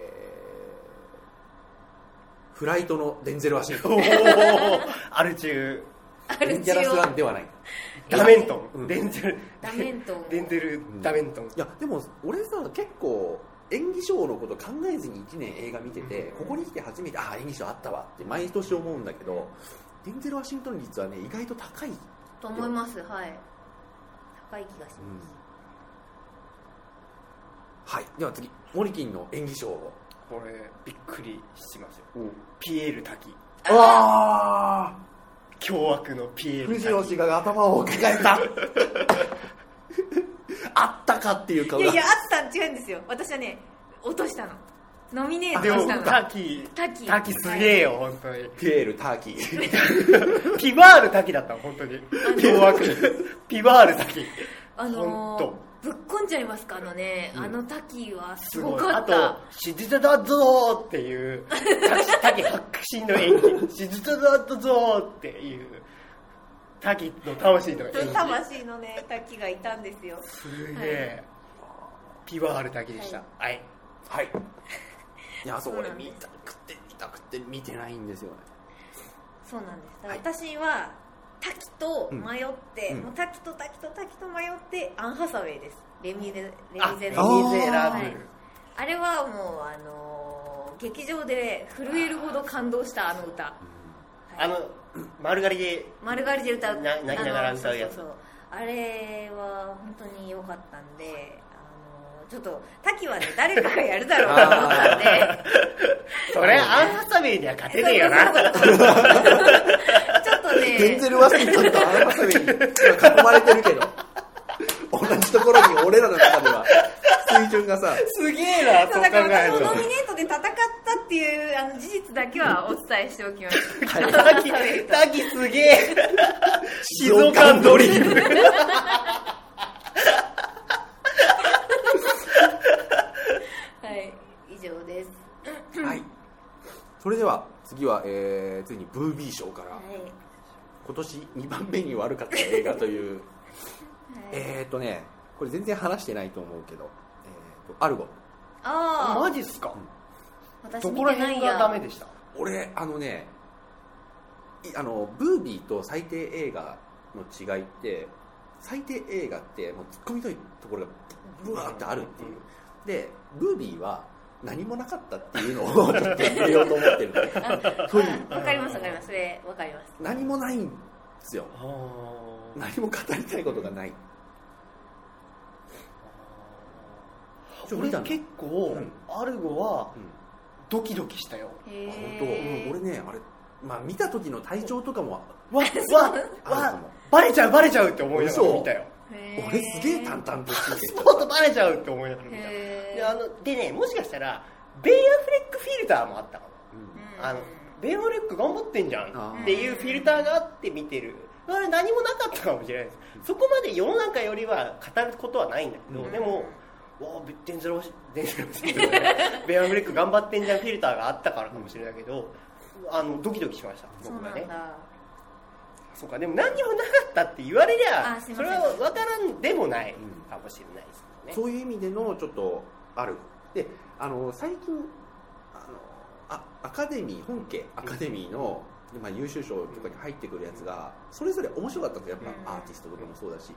A: フライトのデンゼル・ワシントン [LAUGHS]
C: おーアルチュー
B: はい、
A: デンジャラス・ワンではないい
C: ダメントン、
A: うん
C: デンゼル
B: ダメントン
C: デンゼルダメントン、
A: やでも俺さ結構演技賞のこと考えずに1年映画見ててここに来て初めてああ演技賞あったわって毎年思うんだけどデンゼル・ワシントン率はね意外と高い、うん、
B: と思いますはい高い気がします、
A: はいでは次モリキンの演技賞を
C: これびっくりしますよピエール滝
A: ああ
C: 凶悪のピエール
A: 藤
C: 滝
A: 吉が頭を抱えた [LAUGHS] あったかっていう顔
B: いや
A: が
B: いやあったん違うんですよ私はね落としたのノミネート
C: でも
B: したの
C: タキ
B: タキ
C: タキすげえよ本当に
A: ピエールターキー
B: [LAUGHS]
C: ピバール滝だったの本当に凶悪
A: [LAUGHS]
C: ピバール滝
B: あの
C: ほんと
B: ーぶっこんじゃいますかあのね、あのタキはすごか
C: あ
B: っ
C: と
B: た
C: 「死ぬだぞ!」っていう滝白心の演技「
B: [LAUGHS]
C: 死ぬだぞ!」っていう滝の魂の
B: [LAUGHS]
C: 演技
B: 魂のね滝がいたんですよ
C: すげえピバール滝でしたはい
A: はいいやそう
B: そう
A: 俺
B: なんです
A: 見たくて見たくて見てないんですよね
B: そうなんですだ
A: はい
B: から私は滝と迷って、
A: うん
B: もう滝と滝と滝と迷ってアン・ハサウェイですレミゼレミ
C: あ
B: ゼ
C: レ
B: の
A: あ
C: ミゼラ
B: はいあれはもうあのー劇場で震えるほど感動したあの歌、
C: ブルあの丸刈りで
B: 丸刈りで歌う
C: な泣きながら歌うやつ
B: あのそうそうそうあれは本当に良かったんであのちょっと滝はね誰かがやるだろうと思ったんで
C: それアンハサウェイには勝てねえよな
B: ちょっとね
A: デンゼル・ワシントンとアン・ハサウェイに囲まれてる
B: [LAUGHS]
A: けど同じところに俺らの中では水準がさ
C: すげえな
B: そ
C: そうう
B: だ
C: 考
B: から
C: え
B: 私
C: る
B: もノ
C: と
B: ミネートで戦ったっていうあの事実だけはお伝えしておきました
C: タキタキすげえ静岡
A: ド
C: ドリ
A: リーム
B: はい以上です
A: はいそれでは次は、えー、ついにブービー賞から
B: はい、はい
A: 今年2番目に悪かった映画というえーっとねこれ全然話してないと思うけど、えーっとアルゴ
B: ああ
C: マジっすか
B: 私
C: ど
B: 見
C: こ
B: て
C: ら
B: ない
C: 辺
B: や
C: がダメでした
A: 俺あのねいあのブービーと最低映画の違いって最低映画ってもう突っ込みたいところがブワーってあるっていうでブービーは何もなかったっていうの
B: [LAUGHS]
A: をちょっと入れようと思ってる
B: あ
A: そういう
B: わかりますわかりますそれわかります
A: 何もないんですよ
C: あー
A: 何も語りたいことがないちょ
C: 俺
A: 見たの
C: 結構、
A: うん
C: アルゴは
A: うん
C: ドキドキしたよ
A: 本当、
B: へー
A: うん俺ねあれまあ見た時の体調とかも
C: わ
A: あ
C: わ
A: ると
C: わ
A: 思う
C: バレちゃうバレちゃうって思いながら
A: 嘘
C: 見たよ
B: へー
A: 俺すげえ淡々としてて
C: もっとバレちゃうって思いながら見た
B: へー
C: であのでねもしかしたらベイアフレックフィルターもあったかも
A: う
B: う
A: ん
B: ん
C: あのベイアフレック頑張ってんじゃ
A: あ
C: ん
A: ー
C: っていうフィルターがあって見てるあれ何もなかったかもしれないですそこまで世の中よりは語ることはないんだけど、
A: うん
C: でもわあデンゼル・ワシデンゼルワシントンじゃないベイアフレック頑張ってんじゃんフィルターがあったからかもしれないけどあのドキドキしました
B: そう
C: 僕
B: な
C: は
B: ん
C: ね
B: だ
C: そうかでも何にもなかったって言われりゃ
B: あすいません
C: それは分からんでもない
A: うん
C: かもしれないですね
A: そういう意味でのちょっとあるであの最近あのあアカデミー本家アカデミーの、まあ、優秀賞とかに入ってくるやつがそれぞれ面白かったんですよやっぱ
B: うん
A: アーティストとかもそうだし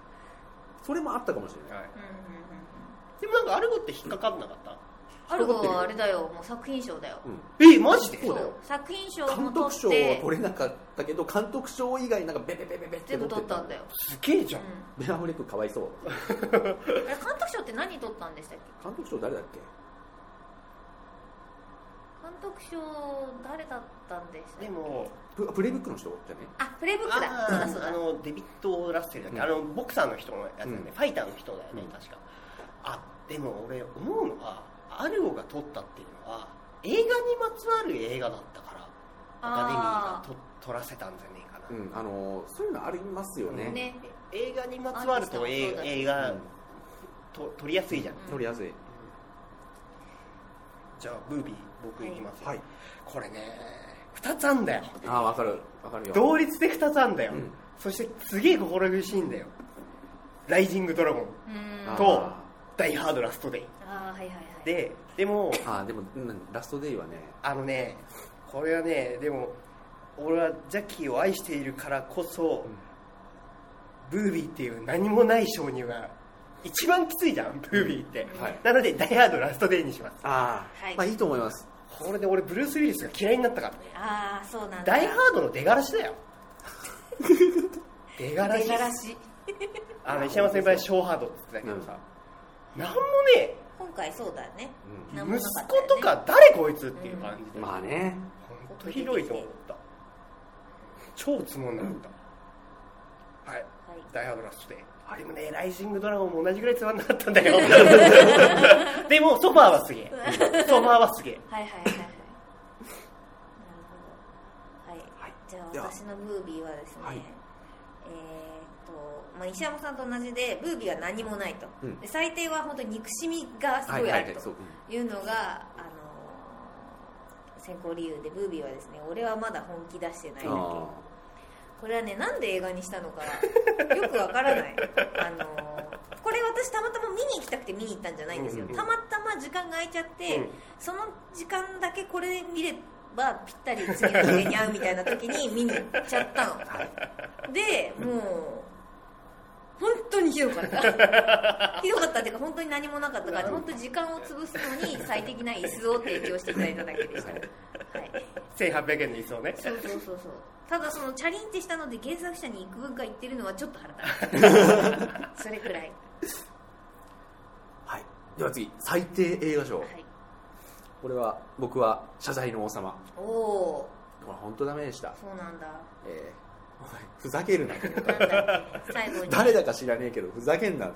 A: それもあったかもしれない
C: は
B: う
C: い
B: んうんうん
C: でもなんかアルゴって引っかかんなかった
B: アルゴはあれだよもう作品賞だよ
C: えマジで
A: そうだよ
B: 作品賞
A: 監
B: も
A: 督賞
B: 取っ
A: は
B: て
A: 取れなかったけど監督賞以外なんかベベベベベって
B: 全部取ったんだ
A: よ
B: よ、
C: すげえじ
B: う
C: ゃ
B: ん
C: ん、
A: ベン・アフレックかわいそう
B: あれ監督賞って何取ったんでしたっけ
A: 監督賞誰だっけ
B: 監督賞誰だったんでしたっけ
C: でも
A: ププレイブックの人じゃね
B: あプレイブックだ
C: あ
B: そうだ
C: ー
B: そうだ
C: あのデビッド・ラッセルだっけ、あのボクサーの人のやつだよね、
A: うん
C: ファイターの人だよね
A: うん
C: 確か、あでも俺思うのはアルゴが撮ったっていうのは映画にまつわる映画だったからアカデミーが
B: あ
C: と撮らせたんじゃねえかな、
A: うんあのそういうのありますよね、
B: うんね
C: え映画にまつわると
B: アーティストもそう
C: 映
B: だし
C: 映
A: う
C: 画、
A: ん
C: と撮りやすいじゃん、
B: うん
A: 乗りやすい
C: じゃあブービー僕いきますよ、
A: はい
C: これね2つあんだよ
A: ああ分かる分かるよ
C: 同率で2つあんだよ、
A: うん
C: そしてすげえ心苦しいんだよ「ライジングドラゴン
B: ーうー
A: あ
B: ん
A: ー
C: と」ダイ・ハード・ラスト・デイ
B: あーはいはいはい」
C: ででも
A: あーでも、うん、ラストデイはね
C: あのねこれはねでも俺はジャッキーを愛しているからこそ、ブービーっていう何もない商人は一番きついじゃんブービーって、
A: はい
C: なのでダイ・ハード・ラスト・デイにします
A: ああ、
B: はい
A: まあいいと思います
C: これで俺ブルース・ウィリスが嫌いになったからね
B: ああそうなんだ
C: ダイ・ハードの出がらし
B: [LAUGHS]
C: だよ出がらし
B: 出がらし
C: あの石山先輩ショーハードって言ってたけどさ、なんもね
B: 今回そうだね
A: うん
B: なんも
C: 息
B: なったよ
C: 子
B: ね
C: とか誰こいつっていう感じで、
A: まあね
C: 本当ひどいと思った超つまんなかった、は
B: は
C: い
B: いい
C: ダイハードラストで、
A: はい
C: でもねライジングドラゴンも同じぐらいつまんなかったん [LAUGHS] だよでもソファーはすげえソファーはすげえ
B: はいはいはいはい [LAUGHS] なるほどはい、
A: はい
B: じゃ
A: で
B: あ
A: は
B: 私のムービーはですね、
A: はい
B: えーっと、まあ、西山さんと同じでムービーは何もないと、
A: うん
B: で最低は本当に憎しみがすご
A: はい
B: い
A: は
B: あ
A: いは
B: る
A: いそう
B: というのが、あのー選考理由でムービーはですね俺はまだ本気出してないだけ
A: うんあ
B: これはねなんで映画にしたのか
C: [LAUGHS]
B: よくわからないあのーこれ私たまたま見に行きたくて見に行ったんじゃないんですよ、
C: うんうん
B: たまたま時間が空いちゃって、
C: うん
B: その時間だけこれ見ればぴったり次の日に会うみたいな時に見に行っちゃったのでもう本当にひどかった
C: [LAUGHS]
B: ひどかったっていうか本当に何もなかったから本当に時間を潰すのに最適な椅子を提供していただいただけでした、はい
C: 1800円の椅子をね
B: そうそうそうそうただそのチャリンってしたので原作者に行くが言ってるのはちょっと腹立 [LAUGHS] つそれくらい
A: はいでは次最低映画賞、
B: はい
A: これは僕は謝罪の王様
B: おお
A: これ本当ダメでした
B: ー、そうなんだ
A: えーお前ふざけ
B: [LAUGHS]
A: るな
B: なんだっけ最後に
A: 誰だか知らねえけどふざけ
B: [LAUGHS]
A: んなと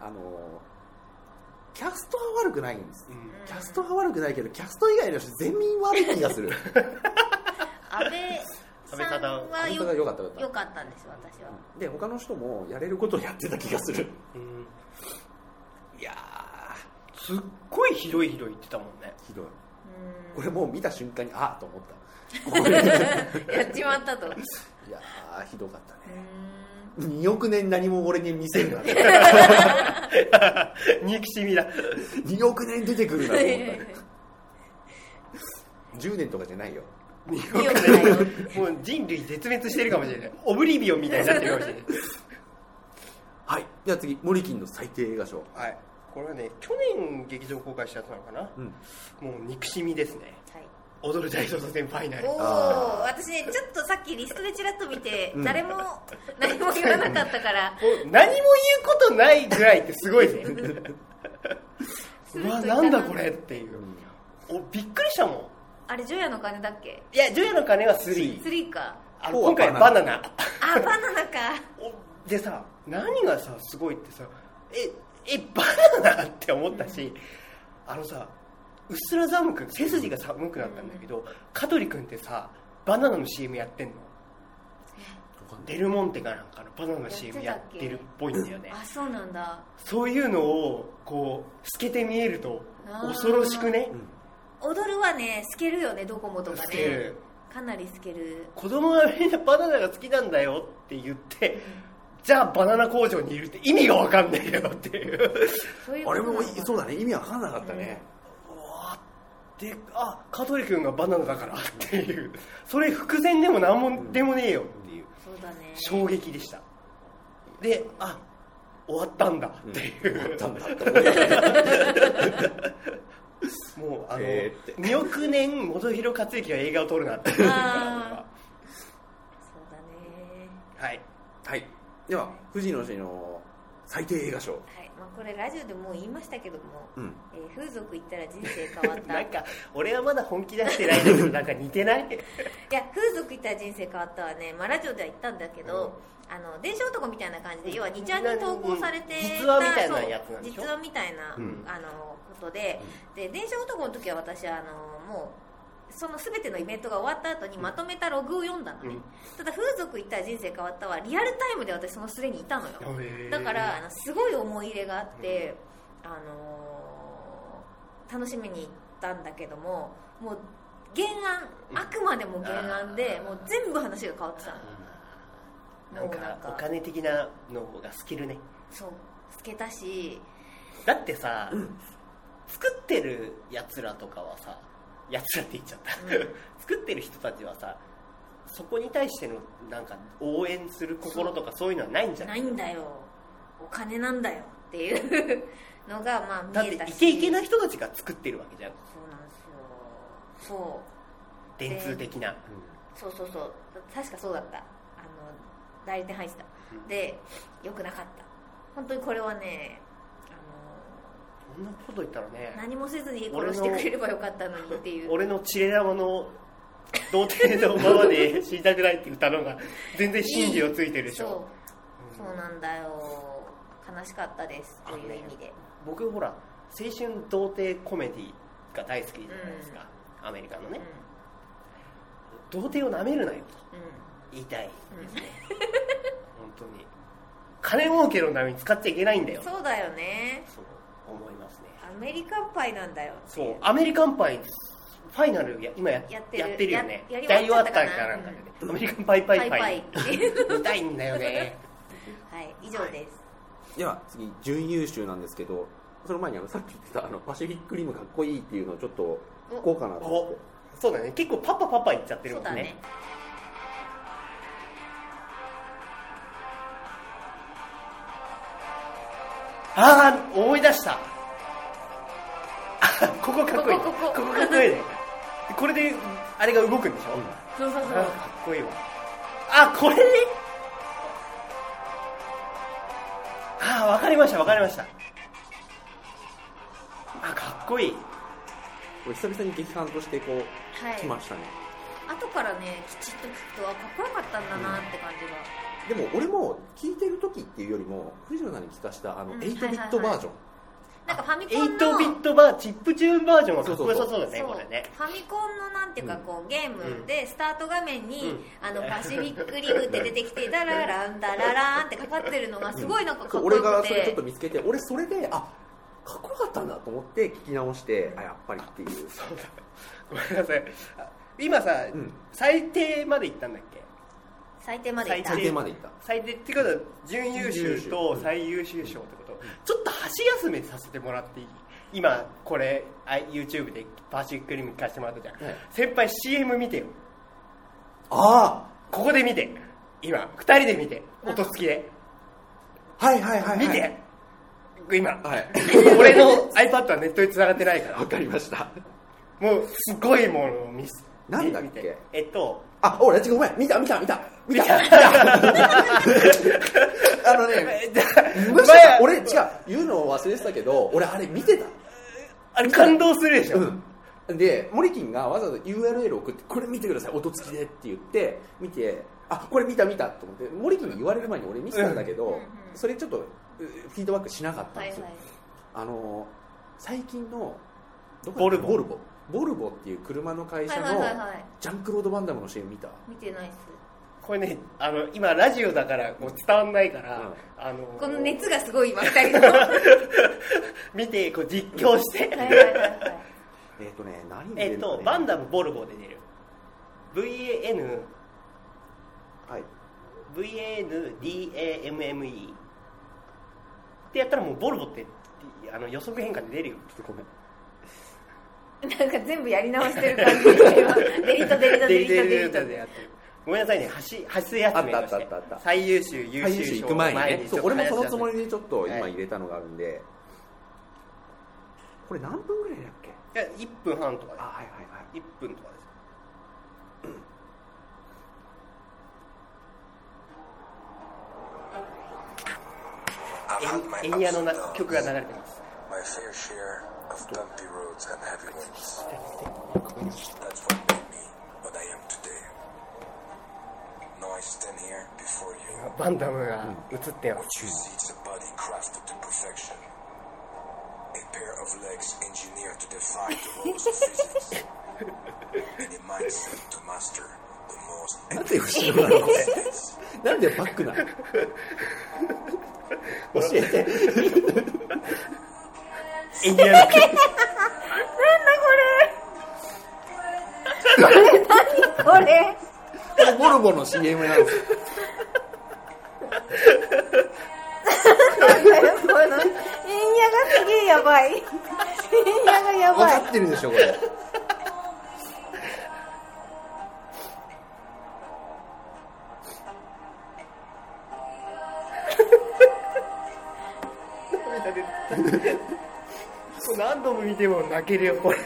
A: あのーキャストは悪くないんです
C: うん
B: うん
A: キャストは悪くないけどキャスト以外の人全員悪い
B: [LAUGHS]
A: 気がする
B: 安倍さんは
A: 本当
B: よ
A: が良かった良か
B: よ
A: っ
B: かったんです私は
A: たで他の人もやれることをやってた気がする
C: うん
A: [LAUGHS] いや
C: すっごい広い広い言ってたもんね
A: ーひどいうこれもう見た瞬間にああと思った [LAUGHS]
B: ーんやっちまった [LAUGHS] とうーん
A: いやーひどかったね2億年何も俺に見せる [LAUGHS] な
C: [LAUGHS] 憎しみだ
A: 2億年出てくるなと思った10年とかじゃないよ
B: いいよくないよ
C: もう人類絶滅してるかもしれないオブリビオンみたいになってるかもしれない
A: はいでは次モリキンの最低映画賞
C: [LAUGHS] はいこれはね去年劇場公開したやつなのかな、
A: うん
C: もう憎しみですね
B: はい
C: 踊る大捜査線ファイナル
B: おお
A: あー
B: 私ねちょっとさっきリストでちらっと見て
A: う
B: [LAUGHS]
A: ん
B: 誰も何も言わなかったから
C: もう何も言うことないぐらいってすごい [LAUGHS] ぜうわなんだこれっていうおびっくりしたもん
B: あれジョヤの鐘だっけ
C: いや「ジョヤの鐘」は3
B: 3か
C: あ
A: フ
C: の
A: ォーは
C: 今回
A: バ
C: バ
A: ナ
C: ナナ
B: あバナナか
C: おでさ何がさすごいってさええバナナって思ったし、あのさうっすら寒く背筋が寒くなったんだけど、香取君ってさバナナの CM やってんのデルモンテかなんかのバナナの CM やってるっぽいんだよね
B: あそうなんだ
C: そういうのをこう透けて見えると
B: あー
C: 恐ろしくね
A: うん
B: 踊るはね透けるよねドコモとか
C: 透け
B: ね
C: る
B: かなり透ける
C: 子供がみんなバナナが好きなんだよって言ってじゃあバナナ工場にいるって意味がわかんないよっていう
B: そういうこ
A: あれ
B: となの
A: も
B: か
A: そうだね意味わかんなかったね、
C: であ香取君がバナナだからっていうそれ伏線でも何もでもねえよっていう
B: そうだね
C: 衝撃でしたであ終わったんだっていう、
A: だんだんと思った [LAUGHS]
C: もうあの、
A: えー
C: 2億年元広克之が映画を撮るなっていう
B: あそうだね
C: はい
A: はいでは富士の市の最低映画賞
B: はいまあこれラジオでもう言いましたけども
A: うん
B: えー風俗行ったら人生変わった
C: [LAUGHS] ないんか俺はまだ本気出してないんだけどなんか似てない
B: や風俗行ったら人生変わったはねまあラジオでは言ったんだけどあの電車男みたいな感じで要は2ちゃんに投稿されて
C: 実話みたいなやつなんでし
B: そ
C: ょ
B: う実話みたいな
A: うん
B: あのことでで電車男の時は私あのもうその全てのイベントが終わった後にまとめたログを読んだのね、
C: うん
B: ただ風俗行ったら人生変わったはリアルタイムで私そのすれにいたのよだからあのすごい思い入れがあって、あのー楽しみに行ったんだけどももう原案あくまでも原案で
C: うん
B: もう全部話が変わってたの
C: なん
B: もうなんか
C: かお金的なのがスキルね
B: そう透けたし
C: だってさ、作ってるやつらとかはさやつらって言っちゃった、
B: うん
C: [LAUGHS] 作ってる人たちはさそこに対してのなんか応援する心とかそういうのはないんじゃな
B: ないいんだよお金なんだよっていうのがま
C: だ
B: あ
C: っ
B: 見
C: て
B: えた
C: イ
B: し
C: ケイケな人たちが作ってるわけじゃん
B: そうなんですよそう
C: 電通的な、
B: そうそうそう確かそうだったあの代理店入ってた
C: うん
B: で良くなかった本当にこれはねあ
C: そんなこと言ったら
B: の
C: ね
B: 何もせずに殺してくれればよかったのにっていう
C: 俺のチレラマの童貞のままで死にたくないって歌のが全然真理をついてるでしょ
B: そうそうなんだよ悲しかったですという意味で
C: 僕ほら青春童貞コメディが大好きじゃないですか、アメリカのね、童貞をなめるな
B: う
C: よと
B: ん
C: 言いたい
B: うんうん
C: 本当に金儲けのために使っちゃいけないんだ
B: [LAUGHS]
C: よ
B: そうだよね
C: そう思いますね
B: アメリカンパイなんだよ
C: そうアメリカンパイファイナルや今や
B: やってる
C: るよね
B: ややり
C: や
B: 終
C: り終
B: わ
C: わ
B: っ
C: っ
B: ちゃ
C: た
B: ったか
C: か
B: な
C: なんかでねアメリカンパイパイパ
B: [LAUGHS]
C: イ
B: パイパイ
C: 見たいんだよね
B: はい以上です
A: では次準優秀なんですけどその前にあのさっき言ってたあのパシフィックリムかっこいいっていうのをちょっと聞こうかなと思って
C: そうだね結構パパパパ言っちゃってる
B: そ
C: も
B: うんだ
C: ね
B: ね
C: ああ思い出したあここかっこいい
B: ここここ
C: かっこいいねこれであれが動くんでしょ、
B: そうそうそ
C: あ
B: う
C: かっこいいわあこれねあわかりましたわかりましたあかっこいい
A: これ久々に劇伴としてこう、
B: はい
A: 来ましたね
B: 後からねきちっと聞くとあかっこよかったんだなって感じが、
A: でも俺も聴いてる時っていうよりも藤野さんに聞かしたあの
B: うん
A: 8ビットバージョン、
B: なんかファミコンの
C: 8ビットバーチップチューンバージョンはかっこよさそうだね
B: そう
C: これね
B: ファミコンのなんていうかこうゲームでスタート画面に、
C: うん
B: あのパシフィックリムって出てきてダラランダララーンってかかってるのがすごいなんかかっこ
A: 俺
B: よ
A: が
B: く
A: それちょってと見つけて俺それであかっこよかったんだと思って聞き直してあやっぱりっていう
C: ごめんなさいあ今さ、
A: うん
C: 最低までいったんだっけ
B: 最低までいた
A: 最低までいった
C: 最低ってことは準優秀と最優秀賞ってこと、ちょっと箸休めさせてもらっていい今これあ YouTube でパシフィックリム聞かせてもらったじゃん、
A: はい
C: 先輩 CM 見てよ
A: あ
C: ここで見て今二人で見て音付きで
A: あはいはいはい、はい、
C: 見て、今、
B: [LAUGHS]
A: はい
C: 俺の iPad はネットに繋がってないから
A: わかりました
C: もうすごいものを見せ
A: なんだっけ
C: 見てえっと
A: あ俺違うごめん見た見た見た見た [LAUGHS] あの [LAUGHS] ねむしろ
C: 前
A: 俺違う言うのを忘れてたけど俺あれ見てた
C: あれ感動するでしょ、
A: うん、で森金がわざわざ URL 送ってこれ見てください音付きでって言って見てあこれ見た見たと思って森金に言われる前に俺見せたんだけど、
B: うんうん
A: それちょっとうフィードバックしなかったん
B: はい
A: で
B: はい
A: すよ、あの最近のどこ
C: ボルボ
A: ボルボボルボっていう車の会社
B: はい
A: の
B: はいはいはい
A: ジャンクロード・バンダムの CM 見た
B: 見てないっす
C: これねあの今ラジオだからこう伝わんないから、
A: うん
C: あの
B: この熱がすごい今二人のはいはい
C: 見てこう実況して、
B: はいはい
A: えっ、とね何で、ね、
C: えっとバンダムボルボで出る VAN
A: はい
C: VANDAMME ってやったらもうボルボってあの予測変化で出るよ
A: ちょっとごめん
B: なんか全部やり直してる感じで今デリートデリートデリートデリート
C: でやってるごめんなさいね箸箸休めとして
A: あったあったあったあった
C: 最優秀優
A: 最優秀
C: 秀
A: 行
C: 賞
A: く
C: の
A: 前に
C: 前
A: ね
C: に
A: そう俺もそのつもりでちょっと今
C: はい
A: 入れたのがあるんで、これ何分ぐらいだっけ
C: いや1分半とか
A: あはいはいはい
C: で1分とかですエンエンヤのな曲が流れてます
D: My fair share of bumpy roads and heavy winds. That's what made me what I am today. Now I stand here before you.
C: バンダムが映ってます
D: What you see is a body crafted to perfection. A pair of legs engineered to defy the laws of physics. And a mindset to master the most
A: なんで後ろなのこ
D: elements.
A: [LAUGHS] れなんでバックなの教えて
C: [LAUGHS] エンヤの曲
B: これ
A: これボルボの CM なんです
B: なんだよこのエンヤがすげえやばいエンヤがや
A: 分
B: ばい
A: かってるでしょこれ
C: 涙出てきた何度も見ても泣けるよ [LAUGHS] これ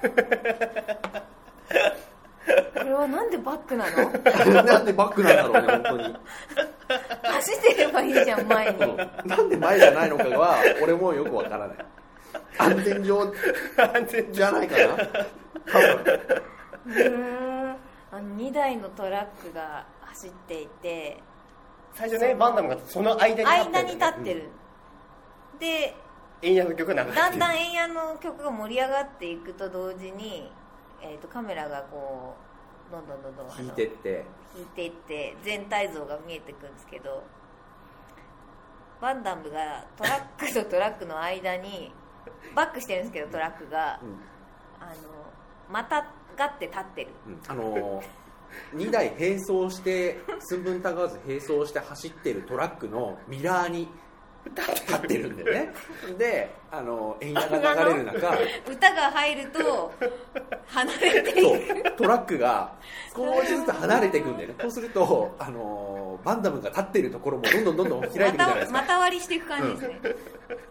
B: これはなんでバックなの
A: なんでバックなんだろうね本当に
B: 走ってればばいいじゃん前に
A: なんで前じゃないのかは俺もよくわからない安全上じゃないかな多分
B: あの2台のトラックが走っていて
C: 最初ねバンダムがその間に立ってるんだ
B: 間
C: よね
B: に立ってる、で
C: エイヤの曲が流れて
B: だん
C: る
B: だん円谷の曲が盛り上がっていくと同時に、えー、とカメラがこうどんどんどんどん
A: 引いてって
B: 引いていって全体像が見えてくんですけどバンダムがトラックとトラックの間にバックしてるんですけどトラックが
A: うん
B: あのまたがって立ってる
A: うんあの2台並走して寸分たがわず並走して走ってるトラックのミラーに立ってるんだよねであの円谷が流れる中
B: 歌が入ると離れてい
A: [LAUGHS] そ
B: く
A: うトラックが少しずつ離れていくんだよねそうするとあのバンダムが立ってるところもどんどんどんどん開いてい
B: [LAUGHS]
A: くじゃ
B: ま
A: ないです
B: た
A: か
B: また割りしていく感じですね、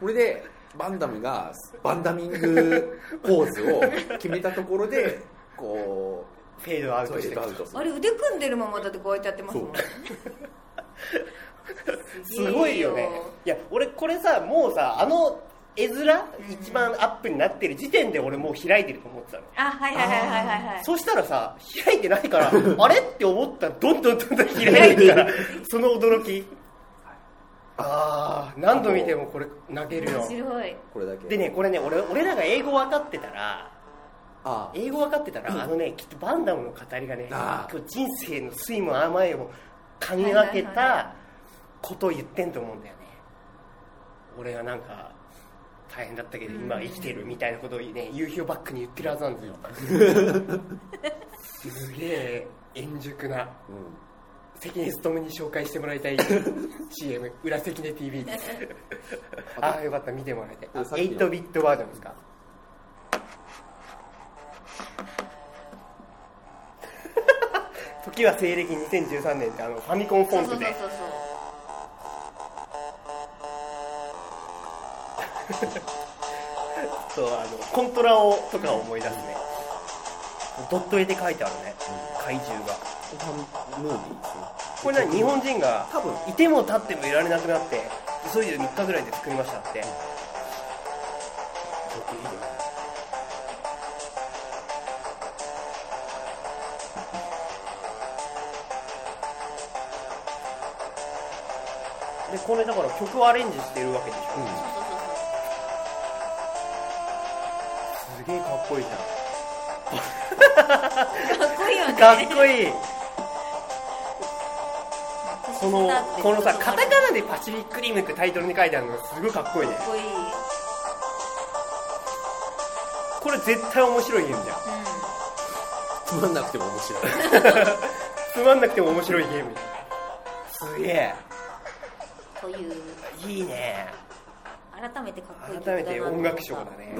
A: これでバンダムがバンダミングポーズを決めたところでこ
C: フェードア
A: う
C: ウトして
A: アウト
C: く
A: す
B: あ
A: る
B: れ腕組んでるままだってこうやってやってますもんね
C: すごいよねいや俺これさもうさあの絵面一番アップになってる時点で俺もう開いてると思ってたの
B: あはいはいはいはいはいはい
C: そしたらさ開いてないからあれって思ったらどんどんどんどん開いてるからその驚きああ何度見てもこれ泣けるよ
B: 面白い
A: これだけ
C: でねこれね俺俺らが英語分かってたら
A: あ
C: 英語分かってたら、あのねきっとバンダムの語りがね
A: あ
C: 今
A: ー
C: 日人生の酸いも甘いも兼ね分け
B: はいはいはい
C: たことを言ってんと思うんだよね俺はなんか大変だったけど今生きてるみたいなことをね夕日をバックに言ってるはずなんですよすげえ円熟な
A: うん
C: 関根勤に紹介してもらいたい CM 裏関根 TV ですああよかった見てもらいたいあ
A: さっきの
C: 8ビットバージョンですか時は西暦2013年ってあのファミコンフ
B: そ
C: ォ
B: う
C: ン
B: そう
C: ト
B: そう
C: で
B: そう
C: そうあのコントラをとかを思い出すねドット絵で書いてあるね怪獣が
A: ファンムービーですね
C: これね日本人が
A: 多分
C: いても立ってもいられなくなって急いで3日ぐらいで作りましたってでこれだから曲をアレンジしてるわけでしょ、すげえかっこいいじゃ
B: そうかっこいいよね
C: んかっこいいこの
B: だって
C: このさカタカナで「パシフィックリム」ってタイトルに書いてあるのがすごいかっこいいね
B: かっこいい、うん、
C: これ絶対面白いゲームじゃん
A: つまんなくても
B: [LAUGHS]
A: 面白い
C: つまんなくても面白いゲームすげえ
B: という
C: いいね
B: 改めてかっこいい曲だな
C: 改めて音楽賞だね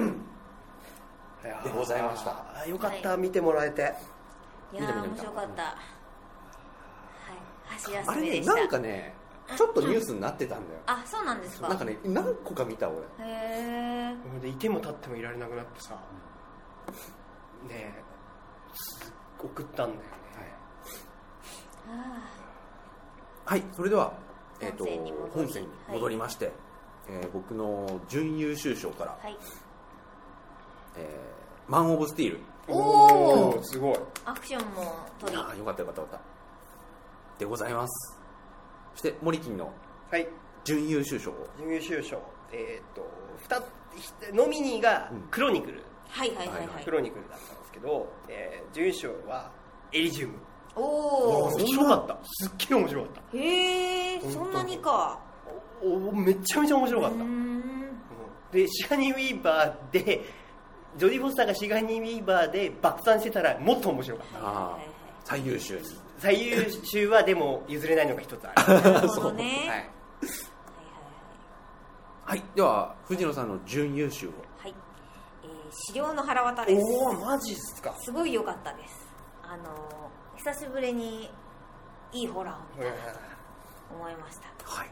C: やー
A: でございました
C: あーよかった見てもらえて
B: いや
A: 見てみ
B: ー
A: る
B: 面
A: 見た
B: 白かった、はい箸
A: あ
B: 休
A: れ
B: め
A: ね
B: でした
A: なんかねちょっとニュースになってたんだよ
B: あそうなんですか
A: なんかね何個か見た俺
B: へえ
C: でいても立ってもいられなくなってさねえす送ったんだよね
A: はいそれではえっと
B: 本線に戻り
A: 本線に戻りましてえー僕の準優秀賞から
B: はい
A: えーマン・オブ・スティール
B: おー
C: ーすごい
B: アクションも取り
A: ああよかったよかったよかったでございますそしてモリキンの
C: はい
A: 準優秀賞を
C: 準優秀賞えっ、と二つノミニーが
A: うん
C: クロニクル、
B: はいはいはいは
A: はい
C: クロニクルだったんですけど、えー、準優勝はエリジウム
B: お
A: ー
B: お
A: そんな
C: たすっげえ面白かった
B: へえそんなに
C: [LAUGHS]
B: か
C: おおめちゃめちゃ面白か
B: う
C: っ
B: ー
C: た、
B: ん
C: でシガニー・ウィーバーでジョディ・フォスターがシガニー・ウィーバーで爆散してたらもっと面白かった
A: ああ最優秀に
C: 最優秀はでも譲れないのが一つある、
B: なるほどね [LAUGHS]
C: は
B: はい
C: い、
A: はいでは藤野さんの準優秀を
B: はいはいはいえー資料の腹渡です
C: おおマジっすか
B: すごい良かったですあのー久しぶりにいいホラーを見たと思いました
A: はい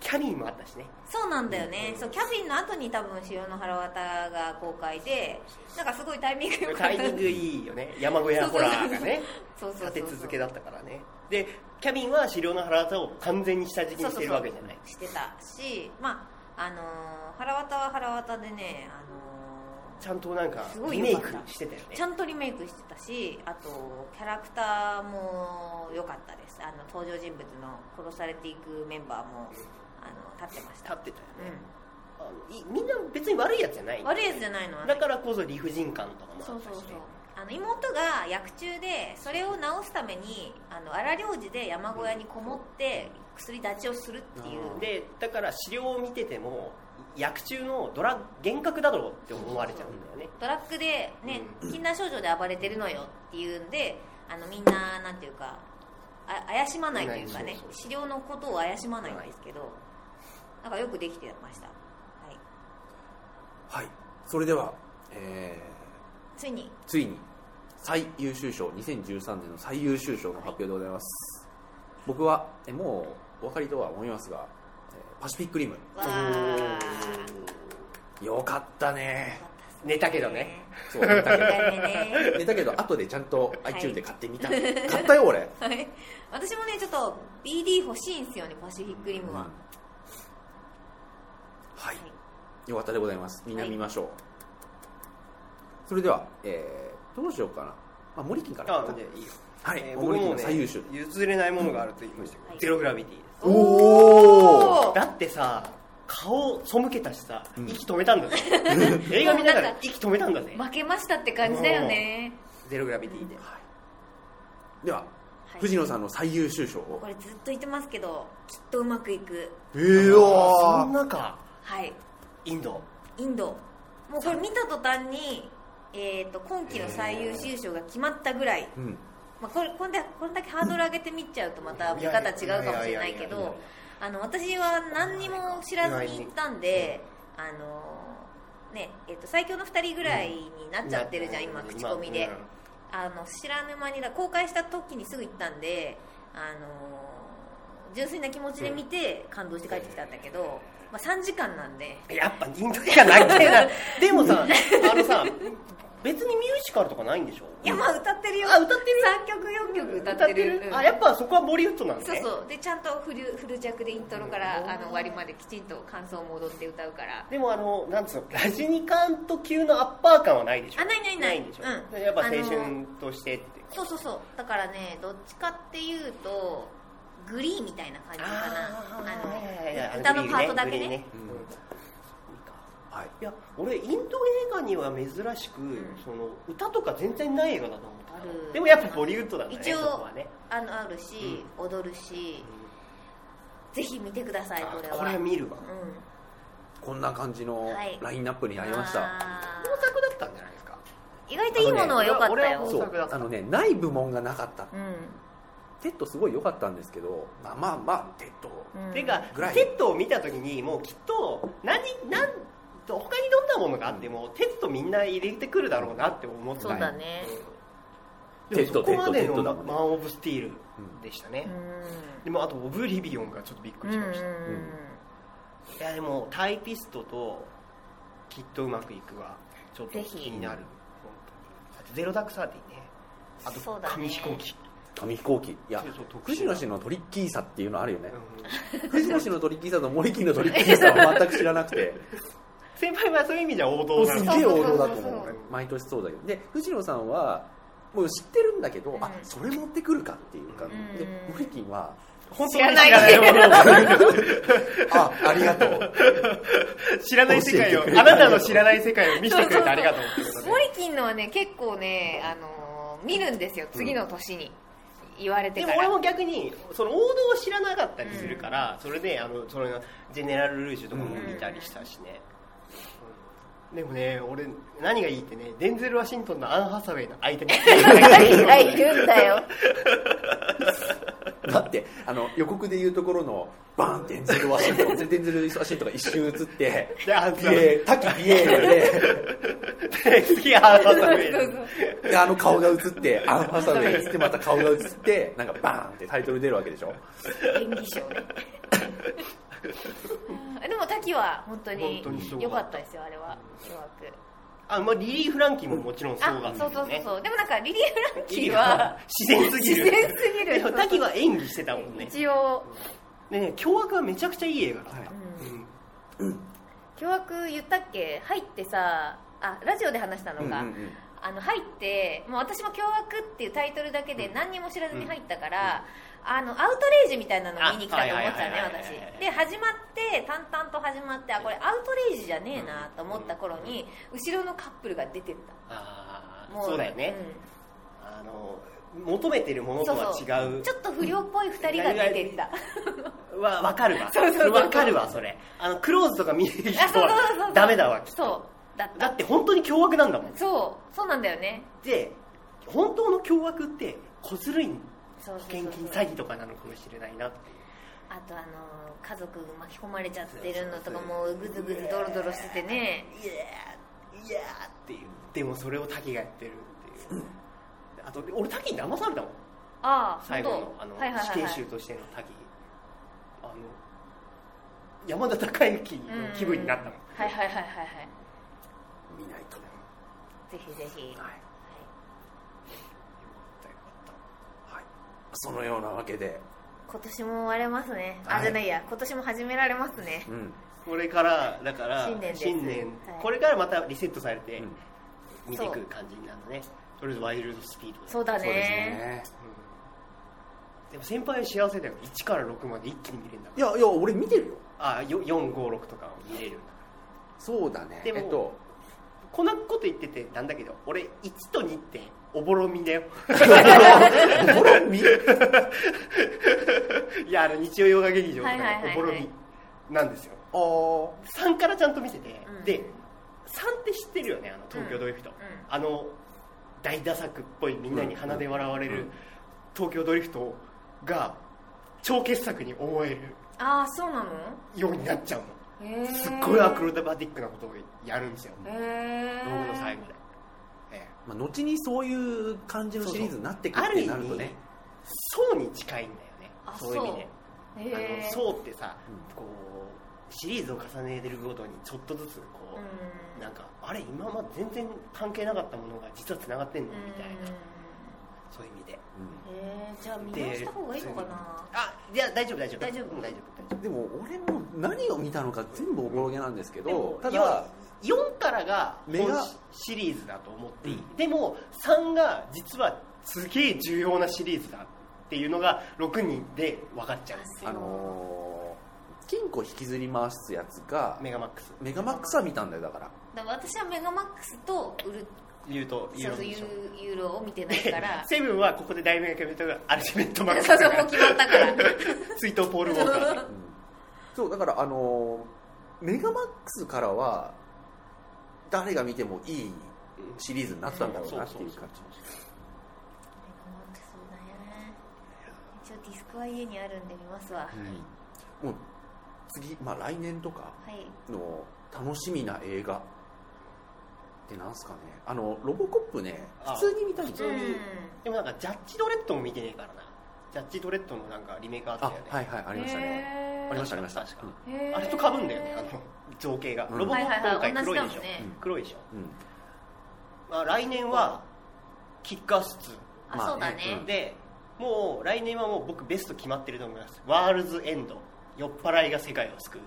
C: キキャビンもあったしね
B: そうなんだよね、そうキャビンの後に多分塩の腹渡が公開でなんかすごいタイミング良か
C: タ
B: っ
C: イ
B: た
C: ミングいいよね山小屋ホラーがね
B: そうそうそう
C: 立て続けだったからねでキャビンは資料の腹渡を完全に下敷きにしてるわけじゃない
B: してたしまああのー腹渡は腹渡でね、あのー
C: ちゃんとなんか
B: すごい
C: リ
B: 良
C: メイ
B: か
C: ク
B: った
C: してたよね
B: ちゃんとリメイクしてたしあとキャラクターも良かったですあの登場人物の殺されていくメンバーもあの立ってまし
C: 立
B: た、
C: ってたよね、
B: う
C: あのいみんな別に悪いやつじゃない
B: ん、悪いやつじゃないのはね
C: だからこそ理不尽感とかもあったし、
B: そう
C: ね、
B: そうそうあの妹が薬中でそれを治すためにあの荒療治で山小屋にこもって薬立ちをするっていう
A: うん
C: でだから資料を見てても薬中のドラ幻覚だろうって思われちゃうんだよね
B: ドラッグでね禁断症状で暴れてるのよっていうんであのみんななんていうかあ怪しまないというかね
C: そうそう
B: 資料のことを怪しまないんですけどなんかよくできてました、はい、
A: はいそれでは、え
B: ついに
A: ーついに最優秀賞2013年の最優秀賞の発表でございます、僕はえもうお分かりとは思いますが、えーパシフィックリム
B: わー
A: よかったね
C: 寝たけどね
A: そう寝た
B: 二
A: けど
B: 回目ね
A: 寝たけど後でちゃんと
B: はい
A: iTunes で買ってみ [LAUGHS] た、買ったよ俺
B: はい私もねちょっと BD 欲しいんですよねパシフィックリムは、
A: はい
B: は、
A: よかったでございます。みんな見ましょう。それでは、えーどうしようかな。まあ、森金から
C: あ
A: かな。
C: でいいよ
A: はい、
C: えー僕
A: 森金
C: も
A: の
C: ね
A: 最優秀。
C: 譲れないものがあると言いましたけど、
B: はい
C: ゼログラビティです
A: おー
C: だってさ顔背けたしさ
A: うん
C: 息止めたんだ
B: [LAUGHS]
C: ぜ、映画見ながら息止めたんだぜ、
B: 負けましたって感じだよね
C: ゼログラビティで
A: はい、では、
B: はい
A: 藤野さんの最優秀賞を
B: こ。れずっと言ってますけどきっとうまくいく
A: え
C: そん
A: ー、
C: なか
B: はい
C: インド
B: インドもうこれ見た途端に、えー、と今期の最優秀賞が決まったぐらい、
A: うん、
B: まあ、これこんだこれだけハードル上げて見ちゃうとまた見方違うかもしれないけ
C: いやいやいやいやいやいや
B: どあの私は何にも知らずに行ったんで、あのねえー、と最強の2人ぐらいになっちゃってるじゃん、今口コミで、
C: うん
B: あの知らぬ間にだ公開した時にすぐ行ったんで、あの純粋な気持ちで見て感動して帰ってきたんだけど、まあ、3時間なんで。
C: やっぱインド映画泣けなでもさあのさ別にミュージカルとかないんでしょ
B: いやまあ歌ってるよ
C: あ歌ってる
B: 3曲4曲歌ってるうん
C: あやっぱそこはボリウッドなんだ
B: そう
C: ね
B: そうでちゃんとフルフル弱でイントロからあの終わりまできちんと感想を戻って歌うから
C: でもあのなんつうのラジニカント級のアッパー感はないでしょ
B: あないないない
C: んでしょ、
B: うん
C: でやっぱ青春
B: あの
C: としてって
B: そうそうそうだからねどっちかっていうとグリーンみたいな感じか
C: あーはいはい
B: な
C: は
B: あ
C: い
B: の歌の
C: グリ
B: パ
C: ー
B: ートだけ
C: グリー
B: ね
A: うん
C: うんいいか
A: はい。
C: いや俺インド映画には珍しく、
B: ん
C: その歌とか全然ない映画だと思った
B: ある
C: でもやっぱボリウッドだね
B: 一
C: そこ
B: 応
C: はね
B: あのあるし踊るしぜひ見てくださいこれ
C: あこれは
B: は
C: 見るわ、
B: うん
A: こんな感じの
B: はい
A: ラインナップになりました。
B: あ
C: 工作だったんじゃないですか
B: ー意外といいものは良かった
C: あのね
B: よ
C: 俺
A: そ
C: 工作だ
A: う
C: っ、た
A: あのね、ない部門がなかった。
B: う
A: テッドすごい良かったんですけど、まあまあまあ、テッド。
B: んうん
C: ていうか
A: ぐらい
C: テッドを見た時にもうきっと何何他にどんなものがあってもテッドみんな入れてくるだろうなって思って
B: そうだね
A: テッド
C: ここまで
A: テッドテッドだ
C: のマ
A: もんね
C: マン・オブ・スティールでしたね、
B: うん
C: でもあとオブリビオンがちょっとびっくりしました、
A: うん
C: いやでもタイピストときっとうまくいくはちょっと
B: ぜひ
C: 気になる本当にあとゼロダークサーティねあと
B: そうだね
C: 紙飛行機
A: 紙飛行機。いや
C: そうそう、特殊
A: 藤野氏のトリッキーさっていうのあるよね。
C: うん
A: 藤野氏のトリッキーさと森木のトリッキーさは全く知らなくて
C: 先輩 [LAUGHS] はそういう意味じゃ王道
A: もう
C: な
A: す
C: ん
A: っ
C: だ
A: げえ王道だと
B: そうそう
A: 思
B: そう
A: 毎年そうだけどで藤野さんはもう知ってるんだけど、
B: うん
A: あそれ持ってくるかっていうか、
B: ん
A: で森木は
C: 本当
B: 知ら
C: に
B: ない
C: 知らないもの
A: あありがとう
C: 知らない世界をあなたの知らない世界を見せてくれてありがとうっていうことで
B: モリキンのはね結構ね、あのー見るんですよ次の年に、言われて
C: で
B: か
C: も
B: ら
C: 俺も逆にその王道を知らなかったりするから、それであのそのジェネラル・ルージュとかも見たりしたしね、うんでもね俺何がいいってねデンゼル・ワシントンのアン・ハサウェイの相手に
B: 誰がいるんだよ
A: [LAUGHS] だってあの予告で言うところのバーンデンゼル・ワシントンデンゼル・ワシントンが一瞬映って
C: であの
A: ピエー滝ピエール
C: [LAUGHS] 次アン・ハサウ
B: そう
C: ェイ
A: でであの顔が映ってアン・ハサウェイ映ってまた
C: [LAUGHS]
A: 顔が映ってなんかバーンってタイトル出るわけでしょ
B: 演技賞ねえでも滝は本当
C: 本当にすご
B: に
C: か
B: 良
C: った
B: かったですよあれはうまく
C: あ、まあ、リリー・フランキーももちろんそうだ
B: あ
C: った
B: そうそうそうそうでもなんかリリー・フラン
C: リリ
B: キ
C: ー
B: ー
C: は
B: は
C: 自然すぎる
B: 自然すぎる
C: でも滝は演技してたもんね
B: 一応
C: でね凶悪はめちゃくちゃいい映画だっ
A: はい
C: た、うん
B: 凶悪言ったっけ入ってさあラジオで話したのか、
A: うんうんうん
B: あの入ってもう私も「凶悪」っていうタイトルだけで何にも知らずに入ったから、あのアウトレイジみたいなのを見に来たと思ってたね
C: あはいはいはいはいはい
B: 私で始まって淡々と始まってあこれアウトレイジじゃねえなと思った頃に後ろのカップルが出てった
C: ああそうだよね、
B: うん
C: あの求めてるものとは違う
B: ちょっと不良っぽい2人が出てった
C: わ分かる
B: [LAUGHS]
C: わ
B: そうそうそうそう
C: わかるわそれあのクローズとか見る人
B: あそうそうそうそ
C: は
B: う
C: ダメだわきっと
B: そうだった
C: だって本当に凶悪なんだもん
B: そうそうなんだよね
C: で本当の凶悪って小ずるい
B: そう
C: 保
B: そうそう
C: 険金詐欺とかなのかもしれないなって
B: あとあの家族巻き込まれちゃってるのとかもうぐずぐずドロドロしててね
C: いやーいやーっていうでもそれを滝がやってるっていうあと俺滝に騙されたもん
B: ああ
C: 最後のあの死刑囚としての滝あの山田孝之の気分になったもん、
B: はいはいはいはいはい
A: 見ないと
B: ぜひぜひ
A: はいはいそのようなわけで、
B: 今年も終われますねあ、
A: はい
B: じゃないや今年も始められますね
A: うん
C: これからだから
B: 新年ですはい
C: これからまたリセットされ
A: う
C: て
A: ん
C: 見ていく感じになるのねとりあえずワイルドスピードで
B: そうだ
A: そうです
B: ね
A: ね
C: でも先輩は幸せだよ1から6まで一気に見れるんだか
A: いやいや俺見てるよ
C: らあよ456とかを見れるんだから
A: そうだね
C: でも
A: えっと
C: こんなこと言っててなんだけど俺1と2っておぼろ
A: [LAUGHS]
C: みだよ
A: ほら
C: [LAUGHS]
A: 見る
C: いやあの日曜洋画劇場とか
B: はいはいはいはい
C: おぼろみなんですよ
A: あー
C: 3からちゃんと見せて、
B: うん
C: で3って知ってるよねあの東京ドリフト、
B: ん
C: あの大打作っぽいみんなに鼻で笑われ
A: うんうん
C: る
A: うん
C: 東京ドリフトが超傑作に思える
B: ああそうなの
C: ようになっちゃうの
B: へえ
C: すっごいアクロバティックなことをやるんですよ
B: へ
C: ロ
B: え
C: ーの最後で、ええ
A: まあ、後にそういう感じのシリーズになってくるってなるとね
C: 層に近いんだよね
B: あ
C: そういう意味で
B: へえ
C: あの層ってさ、
A: うん
C: こうシリーズを重ねてるごとにちょっとずつこう、
B: うん
C: なんかあれ今まで全然関係なかったものが実はつながってんのみたいな、そういう意味で
A: う
B: へえじゃあ見直した方がいいのかな
C: あいや大丈夫大丈夫
B: 大丈夫
C: うん大丈夫大丈
A: んでも俺も何を見たのか全部おぼろげなんですけ
C: 夫でも
A: どた
C: 要
A: だ
C: は4からが
A: メガ
C: 本シリーズだと思っていい、
A: うん
C: でも3が実はすげえ重要なシリーズだっていうのが6人で分かっちゃうんですよ
A: あのー金庫引きずり回すやつが
C: メガマックス
A: メガマックスは見たんだよだから
B: だから私はメガマックスとウル
C: 言うと言
B: そう
C: う
B: そう
C: で
B: ユ
C: しょ
B: ーユーロを見てないから
C: [LAUGHS] セブンはここで題名が決めたのがアルティメットマックス
B: そう [LAUGHS] そうもう決まったから
C: 追悼ポール・ウォーカー
A: うんそうだからあのーメガマックスからは誰が見てもいいシリーズになったんだろうなっていう感じ
B: そうだね一応ディスクは家にあるんで見ますわ、
A: うんもう次、まあ、来年とか
B: はい
A: の楽しみな映画ってなんすかねあのロボコップね
C: あ
A: 普通に見たいんです
C: そう
A: よ
B: う
C: いうんでもなんかジャッジ・ドレッドも見てねえからなジャッジ・ドレッドのなんかリメイクあった
A: あ
C: よね
A: はいはいありましたね
B: へー
A: ありましたありました
C: 確か
A: うん
B: へー
C: あれとかぶんだよねあの造形が、
A: うん
C: ロボコップ今
B: はいはい
C: 回
B: はい
C: 黒い
B: 同じ
C: でしょ、
B: だもんね
C: 黒いでしょ、
A: うん
C: まあ、来年はキックアス
B: あ、
A: まあね
B: そうだね、
A: う
C: 2でもう来年はもう僕ベスト決まってると思いますワールズ・エンド酔っ払いが世界を救う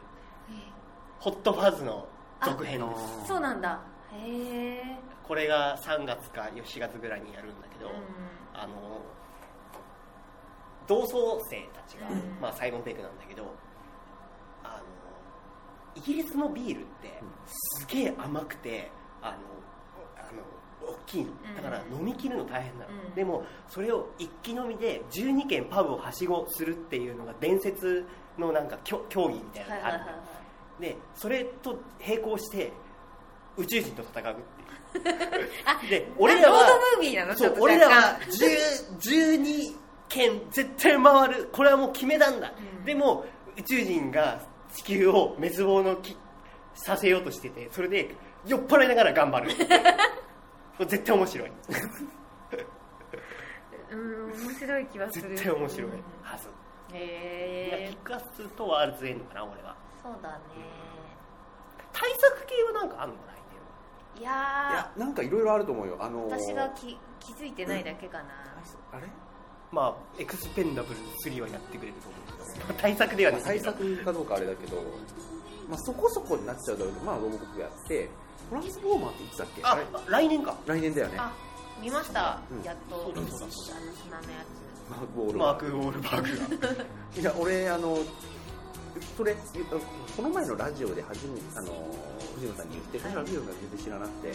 C: ホットファズの続編です
A: あ
B: そうなんだへえ
C: これが3月か4月ぐらいにやるんだけど、
B: う
C: あの同窓生たちが、
B: うん
C: まあ、サイモン・ペックなんだけどあのイギリスのビールって
A: うん
C: すげえ甘くてあのあの大きいのだから
B: うん
C: 飲み切るの大変なの、
B: うん
C: でもそれを一気飲みで12軒パブをはしごするっていうのが伝説のなんか競競技みたい
B: ん
C: な
B: は
C: の
B: い
C: が
B: は
C: あ
B: いはい
C: るの
B: はい
C: でそれと並行して宇宙人と戦う
B: あ
C: っていうで俺ら
B: ロー
C: は
B: ドムービーなのち
C: そ
B: ょっ
C: う
B: と
C: 俺らは
B: 若干
C: 10 12件絶対回るこれはもう決めたんだ、
B: うん
C: でも宇宙人が地球を滅亡のきさせようとしててそれで酔っ払いながら
B: [LAUGHS]
C: 頑張る絶対面白い
B: うん面白い気はする
C: 絶対面白い
B: うん
C: はず
B: へ
C: いや
B: へ
C: キ
B: え
C: ックアスとはずれんのかな俺は
B: そうだね
C: 対策系はなんかあんの来
B: いやー
A: いやなんかいろいろあると思うよあのー
B: 私がき気づいてないだけかな、
A: あれ
C: 年はまあエクスペンダブル3はやってくれると思うけど、まあ対策では
A: ま
C: な
A: あ
C: い
A: 対策かどうかあれだけど、まあ、そこそこになっちゃうだろうけどまあロボコップやってトランスフォーマーっていつだっけ
C: あ
A: れ
C: 来年か
A: 来年だよね
B: あ見ました、
A: うん
B: やっとあ
C: そう
B: の
C: だ
B: 砂
C: そう
B: のやつ
A: マー
C: だ
A: ク・ウォールバ
C: マーク・ウォールバーグが
A: ーグいや俺あのそれこの前のラジオで初めてあの藤野さんに言って
B: はい
A: 藤野さんが全然知らなくて、い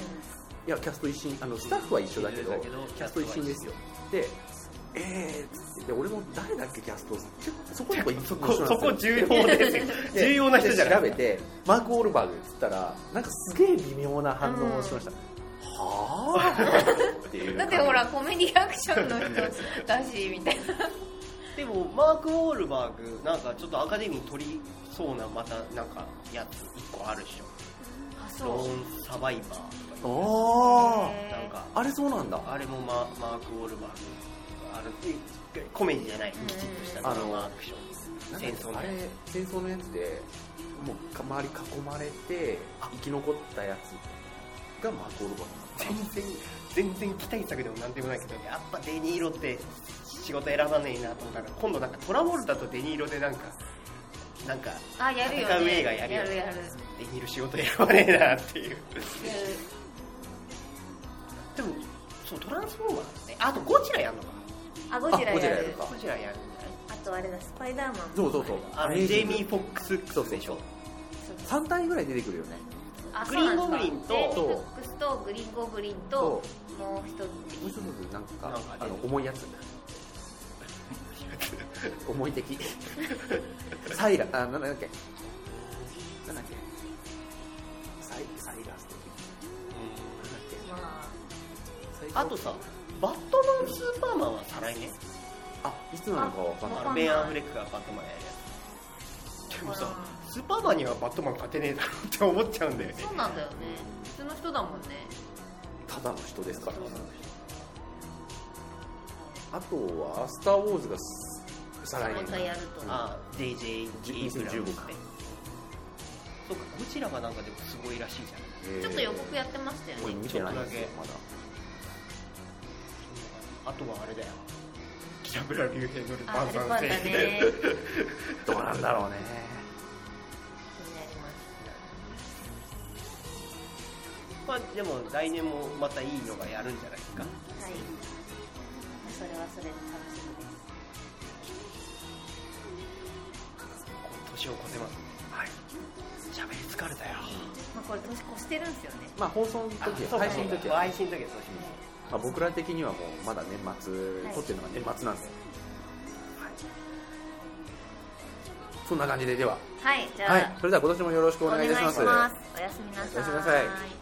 A: やキャスト一新あのスタッフは一緒だけど
C: 一緒だけど
A: キャスト一新ですよでえーっつってで俺も誰だっけキャストちょそこそ
C: [LAUGHS]
A: こ
C: そこそこ重要ですよ
A: で
C: 重要な人じゃない
A: 調べてマーク・ウォールバーグっつったらなんかすげえ微妙な反応をしました、はあっていう
B: だってほらコメディアクションの人だしみたいな
C: でもマーク・ウォールバーグなんかちょっとアカデミー取りそうなまたなんかやつ1個あるで
B: あ
C: しょロ
B: そ
C: ーンサバイバー
A: あ
B: へ
C: とかなんか
A: ああれそうなんだ
C: あれもママーク・ウォールバーグがあるってコメディじゃないきちっとした
A: あの
C: まあアクション戦争の
A: あれ戦争のやつでもうか周り囲まれて生き残ったやつがマーク・ウォールバーグ
C: 全然全然期待策でもなんでもないけどやっぱデニーロって仕事選ばねえなと思ったから今度なんかトラボルタとデニーロでなんかなんか
B: うあやるよ
C: 戦う
B: ね
C: 映画やるよ
B: る
C: ね
B: やる
C: デニーロ仕事選ばねえなっていうでもそうトランスフォーマーねあとゴジラやんのか
B: あゴジラ
A: あゴジラ
B: や
A: や
B: る
A: るか
C: ゴジラやるんじゃない
B: あとあれだスパイダーマン
A: そうそうそう
C: あのジ
A: メイジン
C: ェイ
A: グ
C: ミー・フォックス
A: そうそう
C: でしょ
A: 3体ぐらい出てくるよね
B: あ
C: グリーンゴブリンと
B: そうなんですかジェイミーフォックスとグリーンゴブリンともう一
A: もう一
B: つ
A: つなんか
C: なんかね
A: あの重いやつ重い敵サイラあなんだっけなんだっけサイサイラス
B: まあ
A: 的
C: あとさバットマン・スーパーマンは再来年
A: あいつなのかわかんない
B: あ
C: あのベン・アフレックがバットマンやるやつでもさスーパーマンにはバットマン勝てねえだろって思っちゃうんだよね
B: そうなんだよね普通の人だもんね
A: ただの人ですからあとは「スター・ウォーズ」がす再来
B: もう
A: 年
B: 一回やると
C: あ JJ ・ジェイ・ブラウンって
A: 2015か
C: そうかゴジラがなんかでもすごいらしいじゃん
B: ちょっと予告やってましたよ
A: 俺
B: ね
A: 見てないんです
C: ちょ
A: よ
C: っと
A: まだ
C: あとはあれだよ北村竜兵のル
B: あ
C: パン
B: ル
C: 三
B: パンだ
C: 世
B: ね気になり
A: どうなんだろうね
B: ます
C: [LAUGHS] まあでも来年もまたいいのがやるんじゃないですか
B: はい。それはそれで楽しみです。
C: 年を越せますはい喋り疲れたよ
B: まあ、これ年越してるんですよね。
A: まあ放送の時は配信の時は、
C: 配信の時はそうしま
A: まあ、僕ら的にはもうまだ年末
B: はい
A: 撮ってるのが年末なんで、はい、そんな感じででは
B: はい、じゃあ、
A: はい、それでは今年もよろしくお願いいたします。
B: おやすみなさい。
A: おやすみなさい